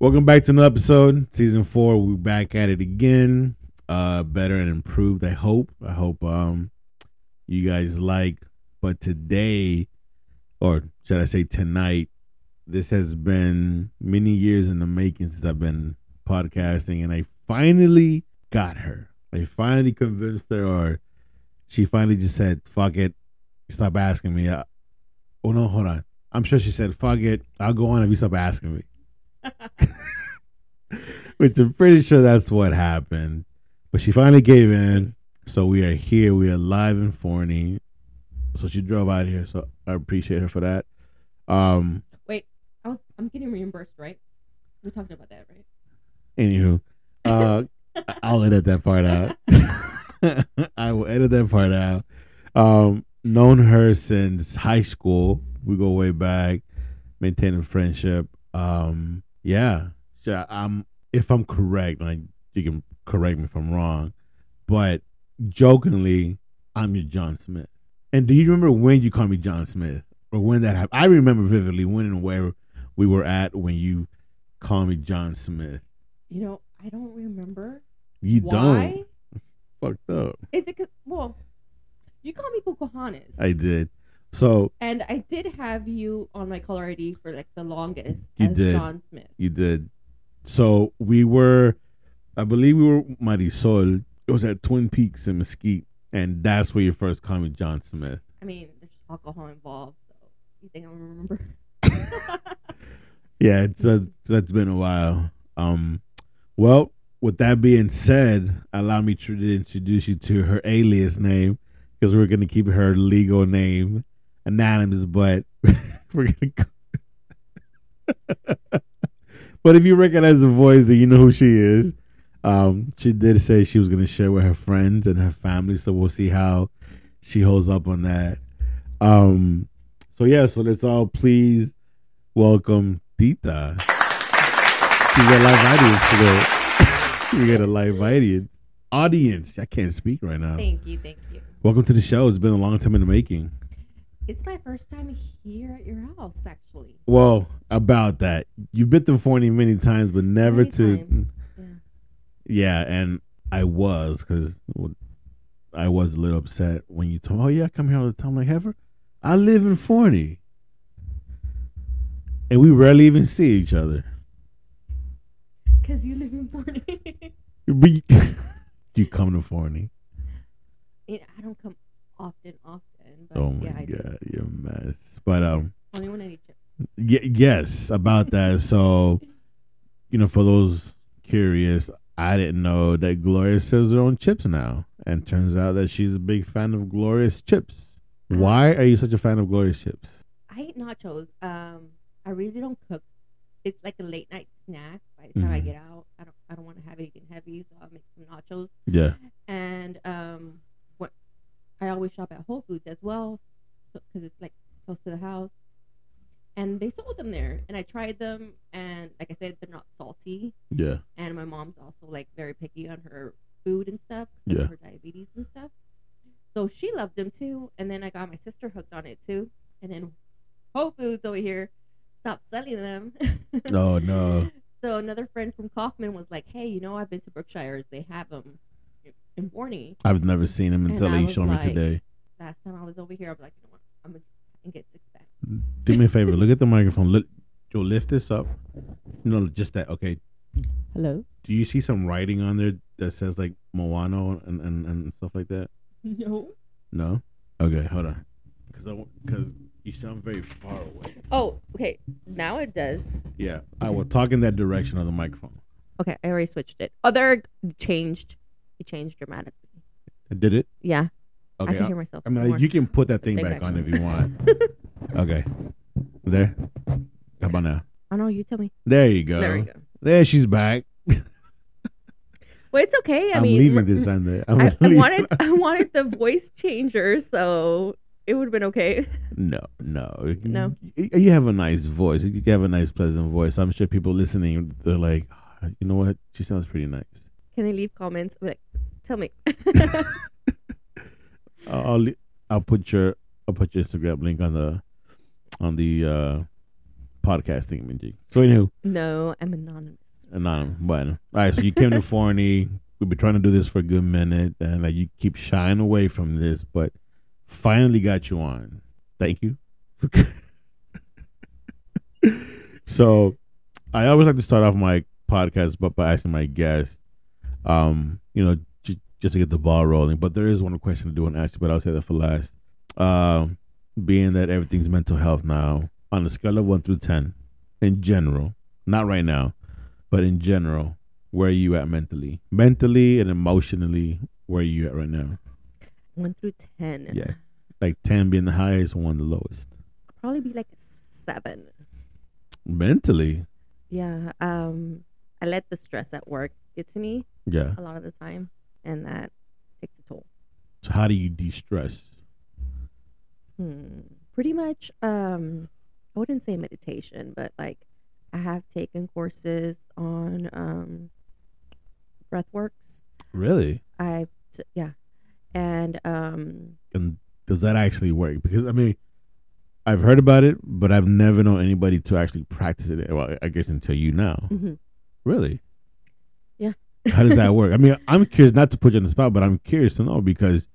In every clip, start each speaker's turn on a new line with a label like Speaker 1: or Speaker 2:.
Speaker 1: Welcome back to another episode, season four. We're back at it again, uh, better and improved. I hope. I hope um, you guys like. But today, or should I say tonight, this has been many years in the making since I've been podcasting, and I finally got her. I finally convinced her, or she finally just said, "Fuck it, stop asking me." Uh, oh no, hold on. I'm sure she said, "Fuck it, I'll go on if you stop asking me." Which I'm pretty sure that's what happened. But she finally gave in. So we are here. We are live in Forney. So she drove out here. So I appreciate her for that. Um,
Speaker 2: I was I'm getting reimbursed, right? We talked about that, right?
Speaker 1: anywho, uh, I'll edit that part out. I will edit that part out. Um, known her since high school. We go way back, maintaining friendship. Um, yeah, so I'm if I'm correct, like you can correct me if I'm wrong, but jokingly, I'm your John Smith. And do you remember when you called me John Smith or when that happened? I remember vividly when and where we were at when you called me John Smith.
Speaker 2: You know, I don't remember.
Speaker 1: You
Speaker 2: why?
Speaker 1: don't. Fucked up.
Speaker 2: Is it 'cause- well? You call me Pocahontas.
Speaker 1: I did. So
Speaker 2: And I did have you on my caller ID for like the longest
Speaker 1: You
Speaker 2: as
Speaker 1: did.
Speaker 2: John Smith.
Speaker 1: you did. So we were, I believe we were Marisol. It was at Twin Peaks in Mesquite, and that's where you first called me John Smith.
Speaker 2: I mean, there's alcohol involved, so you think I am gonna remember?
Speaker 1: Yeah, it's uh that's been a while. Um, well, with that being said, allow me to introduce you to her alias name because we're gonna keep her legal name anonymous, but we're gonna. Go- but if you recognize the voice, then you know who she is. Um, she did say she was gonna share with her friends and her family, so we'll see how she holds up on that. Um, so yeah, so let's all please welcome Tita to your live audience today. we got a live audience. Audience, I can't speak right now.
Speaker 2: thank you, thank you.
Speaker 1: Welcome to the show. It's been a long time in the making.
Speaker 2: It's my first time here at your house, actually.
Speaker 1: Well, about that, you've been to Forney many times, but never
Speaker 2: Many
Speaker 1: to
Speaker 2: times. Yeah.
Speaker 1: yeah. And I was because I was a little upset when you told. me, Oh yeah, I come here all the time. I'm like Heifer, I live in Forney, and we rarely even see each other.
Speaker 2: Cause you live in Forney.
Speaker 1: But you, you come to Forney.
Speaker 2: And I don't come often, often. But
Speaker 1: Oh my
Speaker 2: yeah, I do.
Speaker 1: god, you're a mess. But um,
Speaker 2: Only when I need chips.
Speaker 1: Y- yes, about that. So, you know, for those curious, I didn't know that Gloria sells her own chips now, and turns out that she's a big fan of Gloria's chips.
Speaker 2: Mm-hmm.
Speaker 1: Why are you such a fan of Gloria's chips?
Speaker 2: I eat nachos. Um, I really don't cook. It's like a late night snack. By the time I
Speaker 1: Mhm.
Speaker 2: get out, I don't. I don't want to have anything heavy, so I'll make some nachos.
Speaker 1: Yeah,
Speaker 2: And um, what I always shop at Whole Foods as well, because it's like close to the house. And they sold them there, and I tried them, and like I said, they're not salty.
Speaker 1: yeah,
Speaker 2: And my mom's also like very picky on her food and stuff, 'cause
Speaker 1: Yeah.
Speaker 2: of her diabetes and stuff. So she loved them too. And then I got my sister hooked on it too. And then Whole Foods over here stopped selling them.
Speaker 1: Oh, no.
Speaker 2: So another friend from Kaufman was like, "Hey, you know, I've been to Berkshire's. They have them in Forney.
Speaker 1: I've never seen him
Speaker 2: And
Speaker 1: until
Speaker 2: I
Speaker 1: you
Speaker 2: was
Speaker 1: showed me
Speaker 2: like-
Speaker 1: today.
Speaker 2: Last time I was over here, I was like, you know what? I'm gonna try and get six back.
Speaker 1: Do me a favor, look at the microphone. Look, yo, lift this up. No, just that. Okay.
Speaker 2: Hello?
Speaker 1: Do you see some writing on there that says like Moano and, and, and stuff like that?
Speaker 2: No.
Speaker 1: No. Okay, hold on. Because I because you sound very far away.
Speaker 2: Oh, okay. Now it does.
Speaker 1: Yeah, I will talk in that direction of the microphone.
Speaker 2: Okay, I already switched it. Oh, there it changed. It changed dramatically.
Speaker 1: I did it?
Speaker 2: Yeah, I
Speaker 1: Okay.
Speaker 2: can
Speaker 1: I,
Speaker 2: hear myself.
Speaker 1: I mean,
Speaker 2: more.
Speaker 1: like, you can put that thing,
Speaker 2: Thing
Speaker 1: back,
Speaker 2: back
Speaker 1: on
Speaker 2: on.
Speaker 1: if you want. okay. There. How about now?
Speaker 2: I know Oh, you tell me.
Speaker 1: There you go.
Speaker 2: There we go.
Speaker 1: There she's back.
Speaker 2: Well, it's okay.
Speaker 1: I
Speaker 2: I
Speaker 1: am
Speaker 2: mean,
Speaker 1: leaving
Speaker 2: m-
Speaker 1: this
Speaker 2: m-
Speaker 1: on there. I'm
Speaker 2: I, I
Speaker 1: leaving-
Speaker 2: wanted, I wanted the voice changer, so it would have been okay.
Speaker 1: No, no,
Speaker 2: No.
Speaker 1: Y- You have a nice voice. You have a nice, pleasant voice. I'm sure people listening, they're like, "Ah, you know what? She sounds pretty nice.
Speaker 2: Can I leave comments? Like, tell me.
Speaker 1: I'll I'll, li- I'll put your I'll put your Instagram link on the on the uh, podcasting, Minji. So anywho,
Speaker 2: No, I'm anonymous.
Speaker 1: anonymous. But all right, so you came to Forney. We've been trying to do this for a good minute, and like you keep shying away from this, but finally got you on. Thank you. so, I always like to start off my podcast, but by asking my guest, um, you know, j- just to get the ball rolling. But there is one question I do want to ask you, but I'll say that for last. Um, being that everything's mental health now, on a scale of one through ten, in general, not right now, but in general, where are you at mentally, mentally and emotionally? Where are you at right now?
Speaker 2: One through ten.
Speaker 1: Yeah. Like ten being the highest, one the lowest.
Speaker 2: Probably be like a seven.
Speaker 1: Mentally,
Speaker 2: Yeah. Um, I let the stress at work get to me
Speaker 1: yeah.
Speaker 2: a lot of the time, and that takes a toll.
Speaker 1: So how do you de-stress?
Speaker 2: Hmm. Pretty much, um, I wouldn't say meditation, but like I have taken courses on um, breath works.
Speaker 1: Really?
Speaker 2: I've, t- yeah. And um,
Speaker 1: And does that actually work? Because I mean, I've heard about it, but I've never known anybody to actually practice it. Well, I guess until you now.
Speaker 2: mhm.
Speaker 1: Really?
Speaker 2: Yeah.
Speaker 1: How does that work? I mean, I'm curious not to put you on the spot, but I'm curious to know because,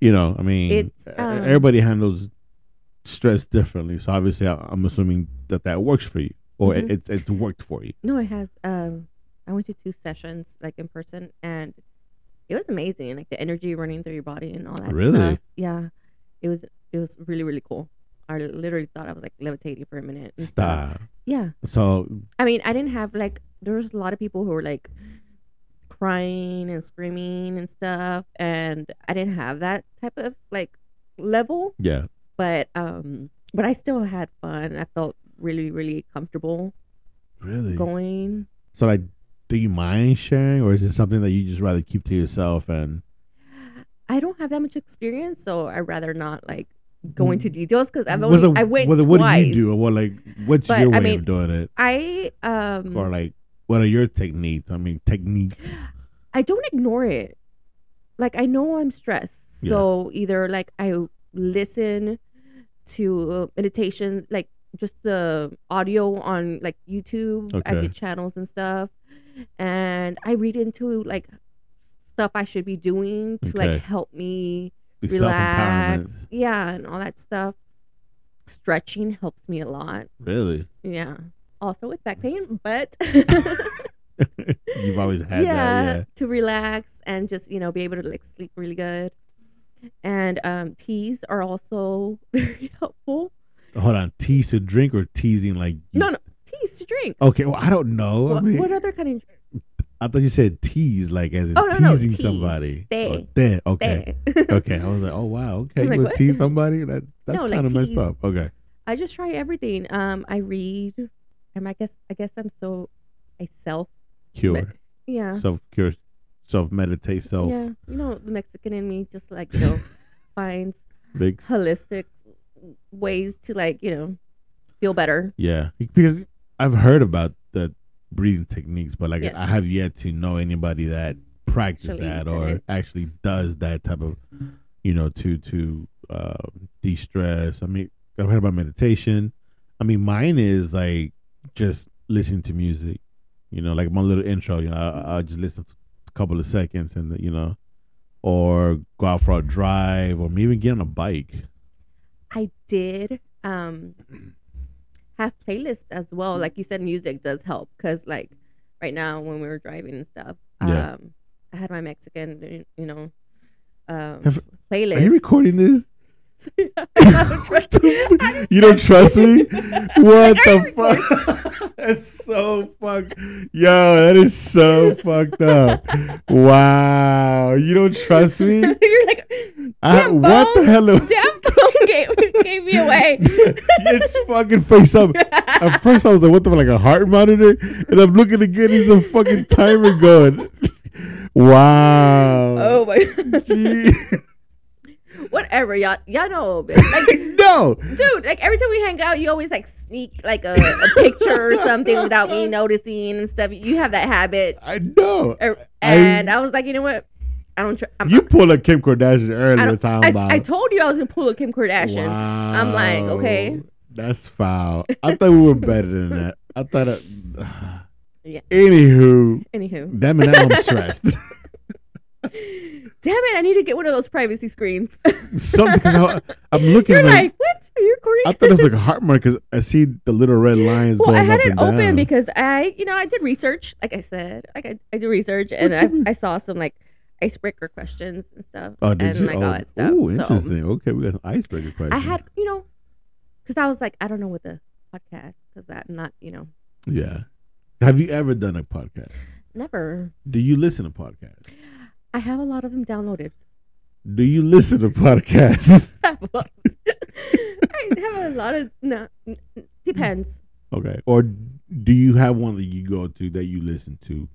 Speaker 1: you know, I mean,
Speaker 2: It's,
Speaker 1: e-
Speaker 2: um,
Speaker 1: everybody handles stress differently. So obviously, I, I'm assuming that that works for you, or
Speaker 2: Mhm.
Speaker 1: it, it's it's worked for you.
Speaker 2: no, it has. Um, I went to two sessions like in person, and it was amazing. Like the energy running through your body and all that
Speaker 1: Really?
Speaker 2: stuff. Yeah, it was. It was really really cool. I literally thought I was like levitating for a minute. and stuff.
Speaker 1: Stop.
Speaker 2: Yeah.
Speaker 1: So
Speaker 2: I mean, I didn't have like there was a lot of people who were like crying and screaming and stuff, and I didn't have that type of like level,
Speaker 1: yeah,
Speaker 2: but um, but I still had fun. I felt really really comfortable
Speaker 1: really.
Speaker 2: going.
Speaker 1: So like, do you mind sharing, or is it something that you just rather keep to yourself and?
Speaker 2: I don't have that much experience, so I'd rather not like
Speaker 1: Hmm.
Speaker 2: go into details because I've
Speaker 1: What's
Speaker 2: only
Speaker 1: the-
Speaker 2: I went
Speaker 1: what,
Speaker 2: twice.
Speaker 1: what do you do, or what like what's
Speaker 2: But,
Speaker 1: your way
Speaker 2: I
Speaker 1: of
Speaker 2: mean,
Speaker 1: doing it,
Speaker 2: I um
Speaker 1: or like what are your techniques? I mean, techniques.
Speaker 2: I don't ignore it. Like I know I'm stressed,
Speaker 1: Yeah.
Speaker 2: so either like I listen to uh, meditation, like just the audio on like YouTube. I
Speaker 1: Okay.
Speaker 2: get channels and stuff, and I read into like stuff I should be doing to
Speaker 1: Okay.
Speaker 2: like help me
Speaker 1: Like self-empowerment.
Speaker 2: relax. Yeah, and all that stuff. Stretching helps me a lot.
Speaker 1: Really?
Speaker 2: Yeah. Also with back pain, but
Speaker 1: You've always had that, yeah.
Speaker 2: to relax and just you know be able to like sleep really good. And um, teas are also very helpful.
Speaker 1: Hold on, tease to drink or teasing like you-
Speaker 2: No, no, teas to drink.
Speaker 1: Okay, well I don't know. I
Speaker 2: what,
Speaker 1: mean,
Speaker 2: what other kind of
Speaker 1: I thought you said tease like as in
Speaker 2: Oh, no, no,
Speaker 1: teasing
Speaker 2: tea.
Speaker 1: somebody.
Speaker 2: They.
Speaker 1: Oh, they. Okay.
Speaker 2: thing?
Speaker 1: Okay. I was like, oh wow. Okay,
Speaker 2: I'm
Speaker 1: you
Speaker 2: like,
Speaker 1: would
Speaker 2: what?
Speaker 1: tease somebody. That that's
Speaker 2: No, like
Speaker 1: kind of messed
Speaker 2: tease.
Speaker 1: up. Okay.
Speaker 2: I just try everything. Um, I read. I'm. I guess. I guess I'm so. I self.
Speaker 1: Cure.
Speaker 2: Yeah.
Speaker 1: Self cure. Self meditate. Self
Speaker 2: Yeah. You know the Mexican in me just like you know finds
Speaker 1: fix.
Speaker 2: holistic ways to like you know feel better.
Speaker 1: Yeah, because I've heard about the breathing techniques, but like
Speaker 2: Yes.
Speaker 1: I have yet to know anybody that practice
Speaker 2: Actually
Speaker 1: that
Speaker 2: did
Speaker 1: or
Speaker 2: it.
Speaker 1: actually does that type of, you know, to to uh, de stress. I mean, I've heard about meditation. I mean, mine is like just listening to music. You know, like my little intro. You know, I, I'll just listen a couple of seconds, and you know, or go out for a drive, or maybe get on a bike.
Speaker 2: I did um have playlists as well. Like you said, music does help because like right now when we were driving and stuff,
Speaker 1: Yeah.
Speaker 2: um, I had my Mexican, you know, um,
Speaker 1: Have-
Speaker 2: playlist.
Speaker 1: Are you recording this?
Speaker 2: I don't trust- I don't
Speaker 1: you don't trust me? What
Speaker 2: Like,
Speaker 1: the fuck? That's so fuck. Yo, that is so fucked up. Wow, you don't trust me?
Speaker 2: You're like,
Speaker 1: I,
Speaker 2: Damn,
Speaker 1: what the
Speaker 2: Bo.
Speaker 1: hell?
Speaker 2: damn phone gave, gave me away.
Speaker 1: it's fucking face up. At first, I was like, "What the fuck, like a heart monitor?" And I'm looking again. It's a fucking timer going. wow.
Speaker 2: Oh my god.
Speaker 1: Gee.
Speaker 2: Whatever, y'all y'all know. man. Like
Speaker 1: no.
Speaker 2: dude like every time we hang out you always like sneak like a, a picture or something without me noticing and stuff you have that habit
Speaker 1: I know.
Speaker 2: Er,
Speaker 1: I-
Speaker 2: and i, was like you know what i don't tr- I'm,
Speaker 1: You pulled up Kim Kardashian
Speaker 2: I,
Speaker 1: earlier
Speaker 2: don't,
Speaker 1: time
Speaker 2: I,
Speaker 1: about.
Speaker 2: I told you i was gonna pull a kim kardashian
Speaker 1: Wow.
Speaker 2: I'm like, okay.
Speaker 1: That's foul. I thought we were better than that. I thought. It,
Speaker 2: Yeah.
Speaker 1: Anywho,
Speaker 2: Anywho,
Speaker 1: damn it, now I'm stressed.
Speaker 2: damn it! I need to get one of those privacy screens.
Speaker 1: Some because I, I'm looking.
Speaker 2: You're
Speaker 1: like,
Speaker 2: like, what? Are you recording?
Speaker 1: I thought it was like a heart mark because I see the little red lines
Speaker 2: well,
Speaker 1: going
Speaker 2: I had
Speaker 1: up
Speaker 2: it
Speaker 1: and
Speaker 2: open
Speaker 1: down.
Speaker 2: because I, you know, I did research. Like I said, like I, I did research, and
Speaker 1: What you mean?
Speaker 2: I, I saw some like icebreaker questions and stuff,
Speaker 1: oh, did
Speaker 2: and
Speaker 1: you?
Speaker 2: like
Speaker 1: oh,
Speaker 2: all that stuff.
Speaker 1: ooh,
Speaker 2: So,
Speaker 1: interesting. okay, we got some icebreaker questions.
Speaker 2: I had, you know, because I was like, I don't know what the podcast because I'm not, you know,
Speaker 1: Yeah. Have you ever done a podcast?
Speaker 2: never.
Speaker 1: Do you listen to podcasts?
Speaker 2: I have a lot of them downloaded.
Speaker 1: Do you listen to podcasts?
Speaker 2: I have a lot of no. n- n- Depends.
Speaker 1: okay. Or do you have one that you go to that you listen to?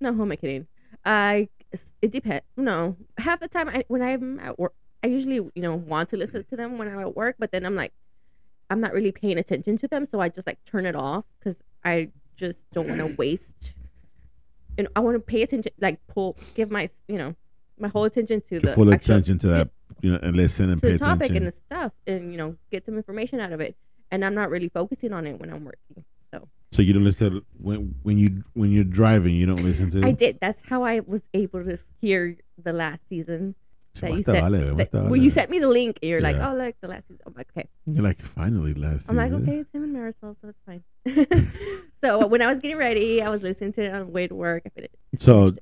Speaker 2: No, who am I kidding? I it depends. No, half the time I, when I'm at work, I usually you know want to listen to them when I'm at work, but then I'm like, I'm not really paying attention to them, so I just like turn it off because I just don't want to waste. And I want to pay attention, like pull, give my you know my whole attention to
Speaker 1: Give
Speaker 2: the
Speaker 1: full
Speaker 2: actual-
Speaker 1: attention to that, you know, and listen and
Speaker 2: to
Speaker 1: pay
Speaker 2: the topic
Speaker 1: attention.
Speaker 2: and the stuff, and you know get some information out of it. And I'm not really focusing on it when I'm working.
Speaker 1: so you don't listen to, when when you when you're driving. You don't listen to.
Speaker 2: I did. That's how I was able to hear the last season. that you
Speaker 1: Basta
Speaker 2: said-
Speaker 1: vale,
Speaker 2: that-
Speaker 1: basta
Speaker 2: well, you
Speaker 1: vale.
Speaker 2: sent me the link, and you're like,
Speaker 1: Yeah.
Speaker 2: "Oh, look, the last season." I'm like, "Okay."
Speaker 1: You're like finally last.
Speaker 2: I'm like,
Speaker 1: season.
Speaker 2: "Okay, it's him and Marisol, so it's fine." so uh, when I was getting ready, I was listening to it on the way to work. I finished
Speaker 1: So,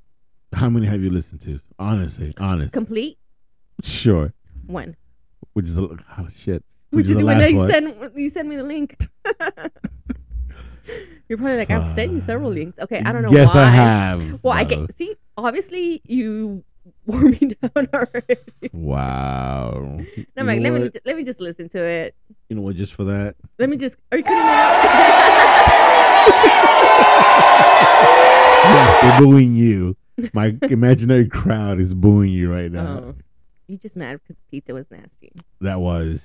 Speaker 1: how many have you listened to? Honestly, honest.
Speaker 2: complete
Speaker 1: sure.
Speaker 2: one,
Speaker 1: Which is a, oh, shit.
Speaker 2: which, is,
Speaker 1: the
Speaker 2: when
Speaker 1: last
Speaker 2: I
Speaker 1: one.
Speaker 2: send you send me the link. you're probably like, "I've sent you several
Speaker 1: Fuck.
Speaker 2: links." Okay, I don't know.
Speaker 1: Yes,
Speaker 2: why.
Speaker 1: I have.
Speaker 2: Well, I
Speaker 1: though.
Speaker 2: get see. Obviously, you wore me down already.
Speaker 1: Wow. You
Speaker 2: And I'm like,
Speaker 1: know
Speaker 2: let me
Speaker 1: what?
Speaker 2: let me just listen to it.
Speaker 1: You know what? Just for that.
Speaker 2: Let me just. Are you kidding me? now? Oh,
Speaker 1: Yes, they're booing you. My imaginary crowd is booing you right now.
Speaker 2: Oh, you just mad because pizza was nasty.
Speaker 1: That was.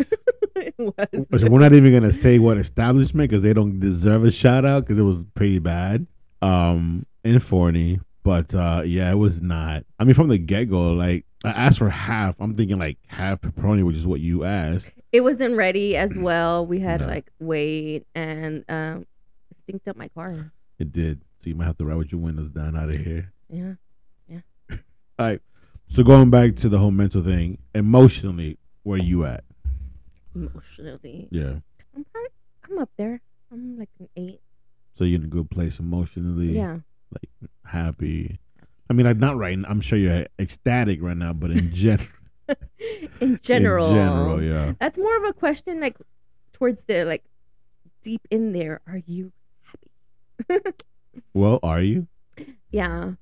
Speaker 2: it was.
Speaker 1: So we're not even gonna say what establishment because they don't deserve a shout out because it was pretty bad um and forny but uh yeah it was not i mean from the get-go like i asked for half i'm thinking like half pepperoni which is what you asked
Speaker 2: It wasn't ready as well. We had
Speaker 1: No.
Speaker 2: like wait and um stinked up my car.
Speaker 1: it did so you might have to ride with your windows down out of here
Speaker 2: Yeah.
Speaker 1: all right so going back to the whole mental thing emotionally where you at
Speaker 2: Emotionally.
Speaker 1: yeah
Speaker 2: I'm probably, I'm up there. I'm like an eight.
Speaker 1: so you're in a good place emotionally
Speaker 2: Yeah.
Speaker 1: happy i mean i'm not right i'm sure you're ecstatic right now but in, gen-
Speaker 2: In general.
Speaker 1: in general yeah
Speaker 2: That's more of a question like towards the like deep in there. Are you
Speaker 1: well are you
Speaker 2: yeah.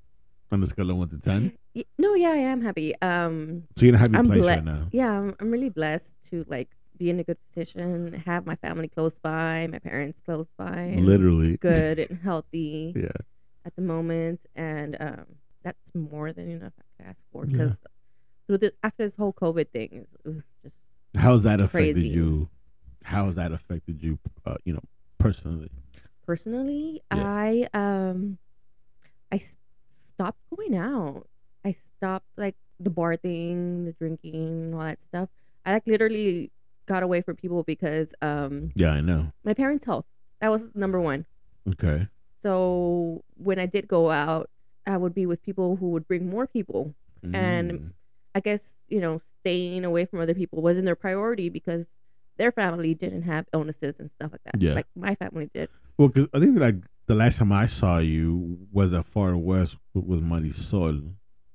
Speaker 1: on the scale of one to ten.
Speaker 2: Y- No, yeah, yeah, I'm happy. Um
Speaker 1: So you're in a happy
Speaker 2: I'm
Speaker 1: place
Speaker 2: bla-
Speaker 1: right now.
Speaker 2: yeah, I'm, I'm really blessed to like be in a good position, have my family close by, my parents close by. and
Speaker 1: Literally.
Speaker 2: good and healthy
Speaker 1: Yeah.
Speaker 2: at the moment, and um, that's more than enough I could ask for.
Speaker 1: Yeah.
Speaker 2: Because through this, after this whole COVID thing, it was just
Speaker 1: How's that affected
Speaker 2: Crazy.
Speaker 1: you? How has that affected you? Uh, you know, personally.
Speaker 2: personally,
Speaker 1: Yeah.
Speaker 2: I um, I s- stopped going out. I stopped like the bar thing, the drinking, all that stuff. I like literally got away from people because um,
Speaker 1: Yeah, I know.
Speaker 2: my parents' health. That was number one.
Speaker 1: Okay.
Speaker 2: So when I did go out, I would be with people who would bring more people.
Speaker 1: Mm.
Speaker 2: And- I guess, you know, staying away from other people wasn't their priority because their family didn't have illnesses and stuff like that.
Speaker 1: Yeah.
Speaker 2: Like my family did.
Speaker 1: well, because I think like the last time I saw you was at Far West with, with Muddy Soul.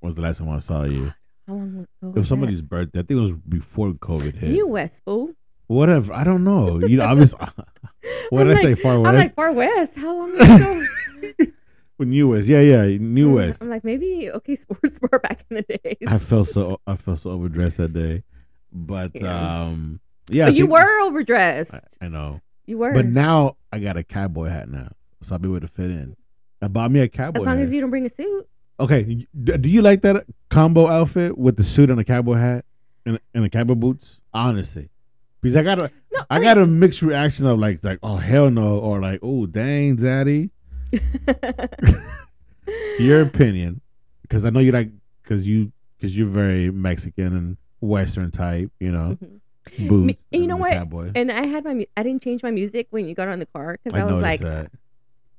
Speaker 1: Was the last time I saw you?
Speaker 2: How long ago? was
Speaker 1: It
Speaker 2: that?
Speaker 1: was somebody's birthday. I think it was before COVID hit.
Speaker 2: New West, fool.
Speaker 1: Whatever. I don't know. You know, obviously. what did
Speaker 2: I'm
Speaker 1: I
Speaker 2: like-
Speaker 1: say? Far West.
Speaker 2: I'm like, Far West. How long ago?
Speaker 1: New West. Yeah, yeah. New
Speaker 2: I'm-
Speaker 1: West.
Speaker 2: I'm like, maybe, okay, sports bar back in the days.
Speaker 1: I felt so I felt so overdressed that day, but
Speaker 2: Yeah.
Speaker 1: um, yeah, I
Speaker 2: but you
Speaker 1: think-
Speaker 2: were overdressed.
Speaker 1: I, I know,
Speaker 2: you were.
Speaker 1: but now I got a cowboy hat now, so I'll be able to fit in. I bought me a cowboy.
Speaker 2: as long
Speaker 1: hat.
Speaker 2: as you don't bring a suit.
Speaker 1: okay, d- do you like that combo outfit with the suit and a cowboy hat and and the cowboy boots? Honestly, because I got a
Speaker 2: No, oh,
Speaker 1: I got a mixed reaction of like like oh hell no or like oh dang daddy. Your opinion, because I know you like because you because you're very Mexican and Western type, you know.
Speaker 2: Mhm.
Speaker 1: Boobs.
Speaker 2: Me- and you
Speaker 1: as
Speaker 2: know
Speaker 1: a
Speaker 2: what?
Speaker 1: Cowboy.
Speaker 2: And I had my mu- I didn't change my music when you got on the car because I, was
Speaker 1: noticed
Speaker 2: like
Speaker 1: that.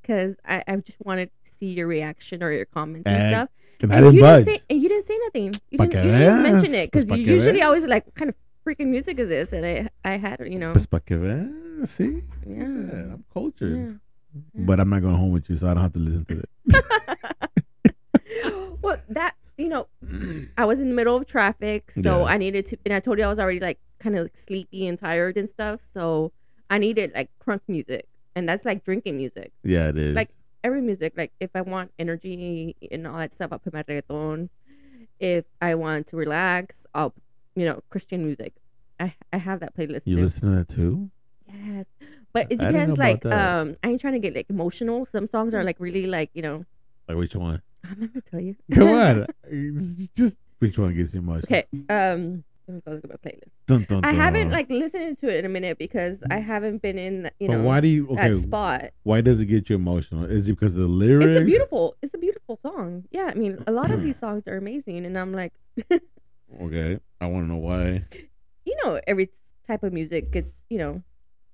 Speaker 2: because I, I just wanted to see your reaction or your comments and,
Speaker 1: And-
Speaker 2: stuff.
Speaker 1: And, I
Speaker 2: and
Speaker 1: didn't
Speaker 2: you
Speaker 1: budge.
Speaker 2: Didn't say, and you didn't say nothing. You
Speaker 1: Pa' que
Speaker 2: didn't, you didn't mention
Speaker 1: veas,
Speaker 2: it because
Speaker 1: pues, pa'
Speaker 2: you
Speaker 1: que
Speaker 2: usually
Speaker 1: veas.
Speaker 2: always like, what kind of freaking music is this? And I I had you know
Speaker 1: Pues pa' que veas, eh? See? Look
Speaker 2: Yeah.
Speaker 1: at that. I'm cultured.
Speaker 2: yeah.
Speaker 1: But I'm not going home with you, so I don't have to listen to it.
Speaker 2: well that you know I was in the middle of traffic, so
Speaker 1: Yeah.
Speaker 2: I needed to. And I told you I was already like kind of like sleepy and tired and stuff, so I needed like crunk music, and that's like drinking music.
Speaker 1: Yeah, it is.
Speaker 2: Like- every music. Like if I want energy and all that stuff, I'll put my reggaeton. If I want to relax, I'll you know Christian music. I I have that playlist
Speaker 1: you
Speaker 2: too.
Speaker 1: listen to that too?
Speaker 2: yes, but
Speaker 1: I
Speaker 2: it
Speaker 1: didn't know
Speaker 2: depends.
Speaker 1: about
Speaker 2: Like
Speaker 1: that.
Speaker 2: um, I ain't trying to get like emotional. Some songs are like really like you know.
Speaker 1: Like, which one?
Speaker 2: I'm not gonna tell you.
Speaker 1: Come on. It's Just which one gets you most?
Speaker 2: okay. Um. Let me go look at my playlist.
Speaker 1: Dun, dun,
Speaker 2: I
Speaker 1: dun.
Speaker 2: haven't like listened to it in a minute because I haven't been in
Speaker 1: Mm.
Speaker 2: you
Speaker 1: But
Speaker 2: know
Speaker 1: why do you?
Speaker 2: that
Speaker 1: Okay.
Speaker 2: spot.
Speaker 1: Why does it get you emotional? Is it because of the lyrics?
Speaker 2: It's a beautiful, it's a beautiful song. Yeah, I mean, a lot of these songs are amazing, and I'm like,
Speaker 1: Okay. I want to know why.
Speaker 2: you know, every type of music gets you know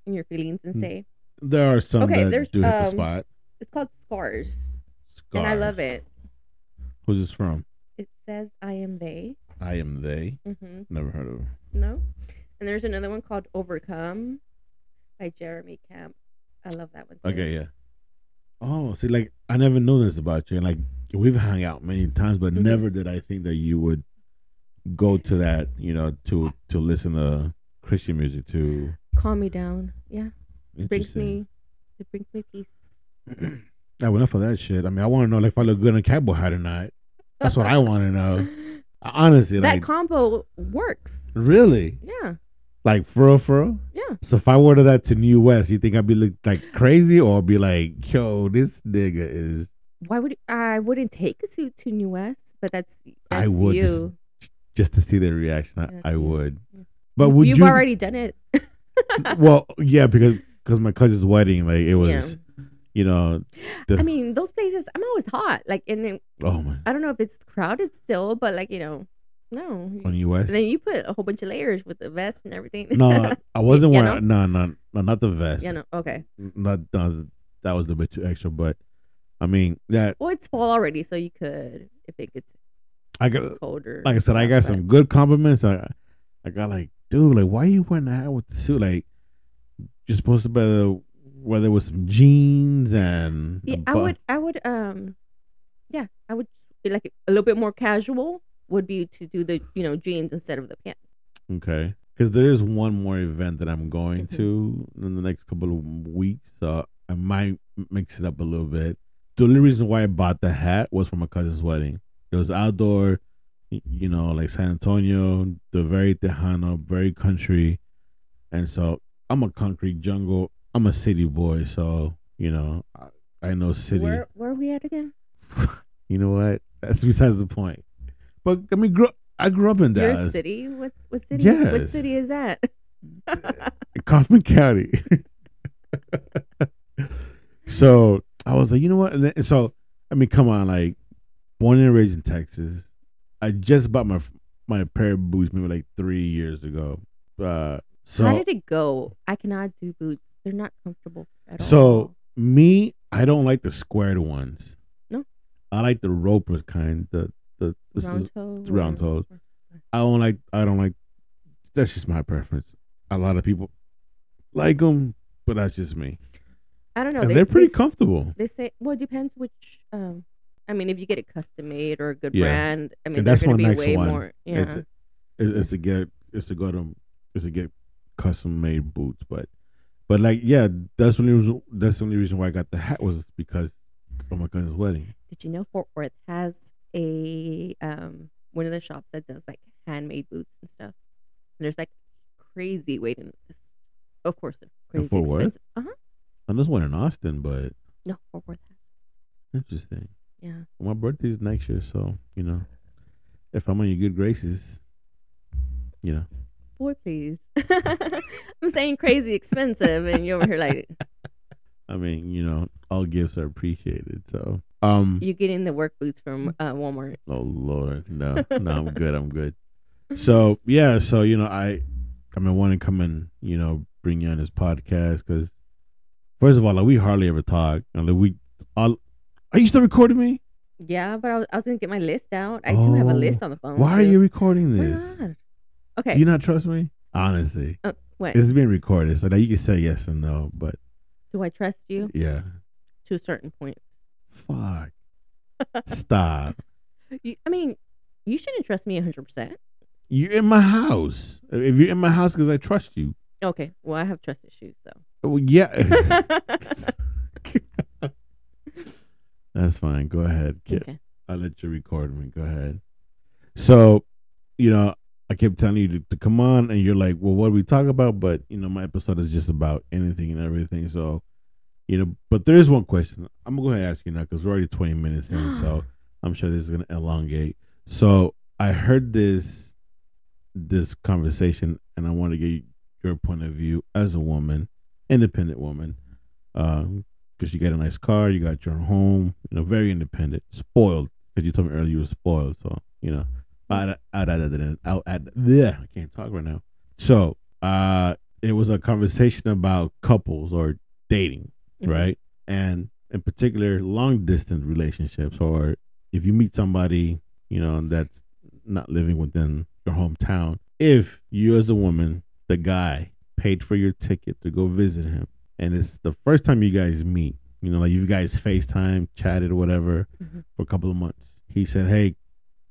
Speaker 2: in your feelings and
Speaker 1: Mm.
Speaker 2: say
Speaker 1: There are some
Speaker 2: Okay,
Speaker 1: that
Speaker 2: there's,
Speaker 1: do hit the
Speaker 2: um,
Speaker 1: spot.
Speaker 2: it's called Scars, and I love it.
Speaker 1: Who's this from?
Speaker 2: It says I am they.
Speaker 1: I am they.
Speaker 2: hmm
Speaker 1: Never heard of. him.
Speaker 2: No, and there's another one called Overcome by Jeremy Camp. I love that one. Too.
Speaker 1: Okay, yeah. Oh, see, like I never knew this about you, and like we've hung out many times, but
Speaker 2: Mhm.
Speaker 1: never did I think that you would go to that, you know, to to listen to Christian music to.
Speaker 2: Calm me down. Yeah, brings
Speaker 1: Interesting.
Speaker 2: me, it brings me peace.
Speaker 1: Yeah, well, enough of that shit. I mean, I want to know like, if I look good in a cowboy hat or not. That's what I want to know. Honestly,
Speaker 2: that
Speaker 1: like,
Speaker 2: combo works.
Speaker 1: really,
Speaker 2: Yeah,
Speaker 1: like for real, for real.
Speaker 2: yeah.
Speaker 1: So if I wore to that to New West, you think I'd be look, like crazy or be like, yo, this nigga is
Speaker 2: Why would I wouldn't take a suit to New West, but that's
Speaker 1: I
Speaker 2: that's
Speaker 1: would, this is-
Speaker 2: you.
Speaker 1: just to see their reaction. I,
Speaker 2: Yeah,
Speaker 1: I
Speaker 2: see.
Speaker 1: would, but would
Speaker 2: you've
Speaker 1: you?
Speaker 2: already done it.
Speaker 1: well, yeah, because because my cousin's wedding, like it was,
Speaker 2: Yeah.
Speaker 1: you know,
Speaker 2: I mean, those places. I'm always hot. Like, and then
Speaker 1: oh my,
Speaker 2: I don't know if it's crowded still, but like you know, no.
Speaker 1: on
Speaker 2: And
Speaker 1: New West.
Speaker 2: then you put a whole bunch of layers with the vest and everything.
Speaker 1: No, I wasn't
Speaker 2: You
Speaker 1: wearing. No, no, no, not the vest.
Speaker 2: you know. Okay.
Speaker 1: Not no, that was a bit too extra, but I mean that
Speaker 2: Well, it's fall already, so you could if it gets
Speaker 1: I got.
Speaker 2: colder.
Speaker 1: Uh, like I said, I got
Speaker 2: but-
Speaker 1: some good compliments. I, I got like, dude, like, why you wearing that with the suit? Like, you're supposed to better where there was some jeans and
Speaker 2: Yeah,
Speaker 1: a
Speaker 2: I
Speaker 1: bu-
Speaker 2: would. I would. Um, yeah, I would be like a little bit more casual would be to do the you know jeans instead of the pants.
Speaker 1: Okay, because there is one more event that I'm going
Speaker 2: Mhm.
Speaker 1: to in the next couple of weeks, so I might mix it up a little bit. The only reason why I bought the hat was for my cousin's wedding. It was outdoor, y- you know, like San Antonio, the very Tejano, very country, and so I'm a concrete jungle. I'm a city boy, so you know, I, I know city.
Speaker 2: Where where are we at again?
Speaker 1: You know what? That's besides the point. But I mean, grow, I grew up in Dallas,
Speaker 2: Your city? What what city? What
Speaker 1: Yes.
Speaker 2: city is that?
Speaker 1: Kaufman County. so I was like, you know what? And then, so I mean, come on, like born and raised in Texas. I just bought my my pair of boots maybe like three years ago. Uh, so
Speaker 2: How did it go? I cannot do boots. They're not comfortable at all.
Speaker 1: So me, I don't like the squared ones.
Speaker 2: No.
Speaker 1: I like the roper kind. The the this is,
Speaker 2: round toe. or-
Speaker 1: round toes. I don't like I don't like. That's just my preference. A lot of people like them, but that's just me.
Speaker 2: I don't know.
Speaker 1: and
Speaker 2: they,
Speaker 1: they, are pretty
Speaker 2: they, s-
Speaker 1: comfortable.
Speaker 2: They say well, it depends which. Um, I mean, if you get it custom made or a good
Speaker 1: Yeah.
Speaker 2: brand, I mean,
Speaker 1: And
Speaker 2: they're
Speaker 1: that's
Speaker 2: going to
Speaker 1: my
Speaker 2: be
Speaker 1: next
Speaker 2: way
Speaker 1: one.
Speaker 2: more. Yeah.
Speaker 1: It's, it- it's to get it's to go to it's to get custom made boots, but but like yeah, that's the only reason, that's the only reason why I got the hat was because of my cousin's wedding.
Speaker 2: Did you know Fort Worth has a um one of the shops that does like handmade boots and stuff? And there's like crazy waiting lists. Of course, they're
Speaker 1: In
Speaker 2: crazy
Speaker 1: Fort Worth?
Speaker 2: expensive. Uh huh.
Speaker 1: And this one in Austin, but
Speaker 2: No, Fort Worth has.
Speaker 1: interesting.
Speaker 2: Yeah.
Speaker 1: My birthday's next year, so you know, if I'm on your good graces, you know,
Speaker 2: Boy, please. I'm saying crazy expensive, and you're over here like
Speaker 1: I mean, you know, all gifts are appreciated. So um,
Speaker 2: you getting the work boots from uh, Walmart.
Speaker 1: Oh Lord, no, no, I'm good, I'm good. So yeah, so you know, I I mean, want to come and you know bring you on this podcast because first of all, like we hardly ever talk, and like we all. Are you still recording me?
Speaker 2: Yeah, but I was, I was gonna get my list out. I do have a
Speaker 1: Oh,
Speaker 2: list on the phone.
Speaker 1: Why are
Speaker 2: too.
Speaker 1: you recording
Speaker 2: Why
Speaker 1: this?
Speaker 2: not?
Speaker 1: Do
Speaker 2: Okay.
Speaker 1: you not trust me? Honestly,
Speaker 2: uh, what
Speaker 1: it's being recorded, so that you can say yes and no. But
Speaker 2: do I trust you
Speaker 1: yeah,
Speaker 2: to a certain point?
Speaker 1: fuck, stop.
Speaker 2: You, I mean, you shouldn't trust me hundred percent.
Speaker 1: You're in my house. If you're in my house, because I trust you.
Speaker 2: Okay. Well, I have trust issues though.
Speaker 1: Well, yeah, that's fine. Go ahead. Get,
Speaker 2: okay.
Speaker 1: I let you record me. Go ahead. So, you know, I kept telling you to, to come on, and you're like, "Well, what do we talk about?" But you know, my episode is just about anything and everything. So, you know, but there is one question I'm gonna go ahead and ask you now because we're already 20 minutes in, so I'm sure this is gonna elongate. So, I heard this this conversation, and I want to get your point of view as a woman, independent woman, because you got a nice car, you got your own home, you know, very independent, spoiled. Because you told me earlier you were spoiled, so you know, I'd I'd add that in. I'll add. Yeah, I can't talk right now. So, uh, it was a conversation about couples or dating,
Speaker 2: Mhm.
Speaker 1: right? And in particular, long distance relationships, or if you meet somebody, you know, that's not living within your hometown, if you as a woman, the guy, paid for your ticket to go visit him, and it's the first time you guys meet, you know, like you guys FaceTime, chatted, whatever,
Speaker 2: Mhm.
Speaker 1: for a couple of months, he said, Hey,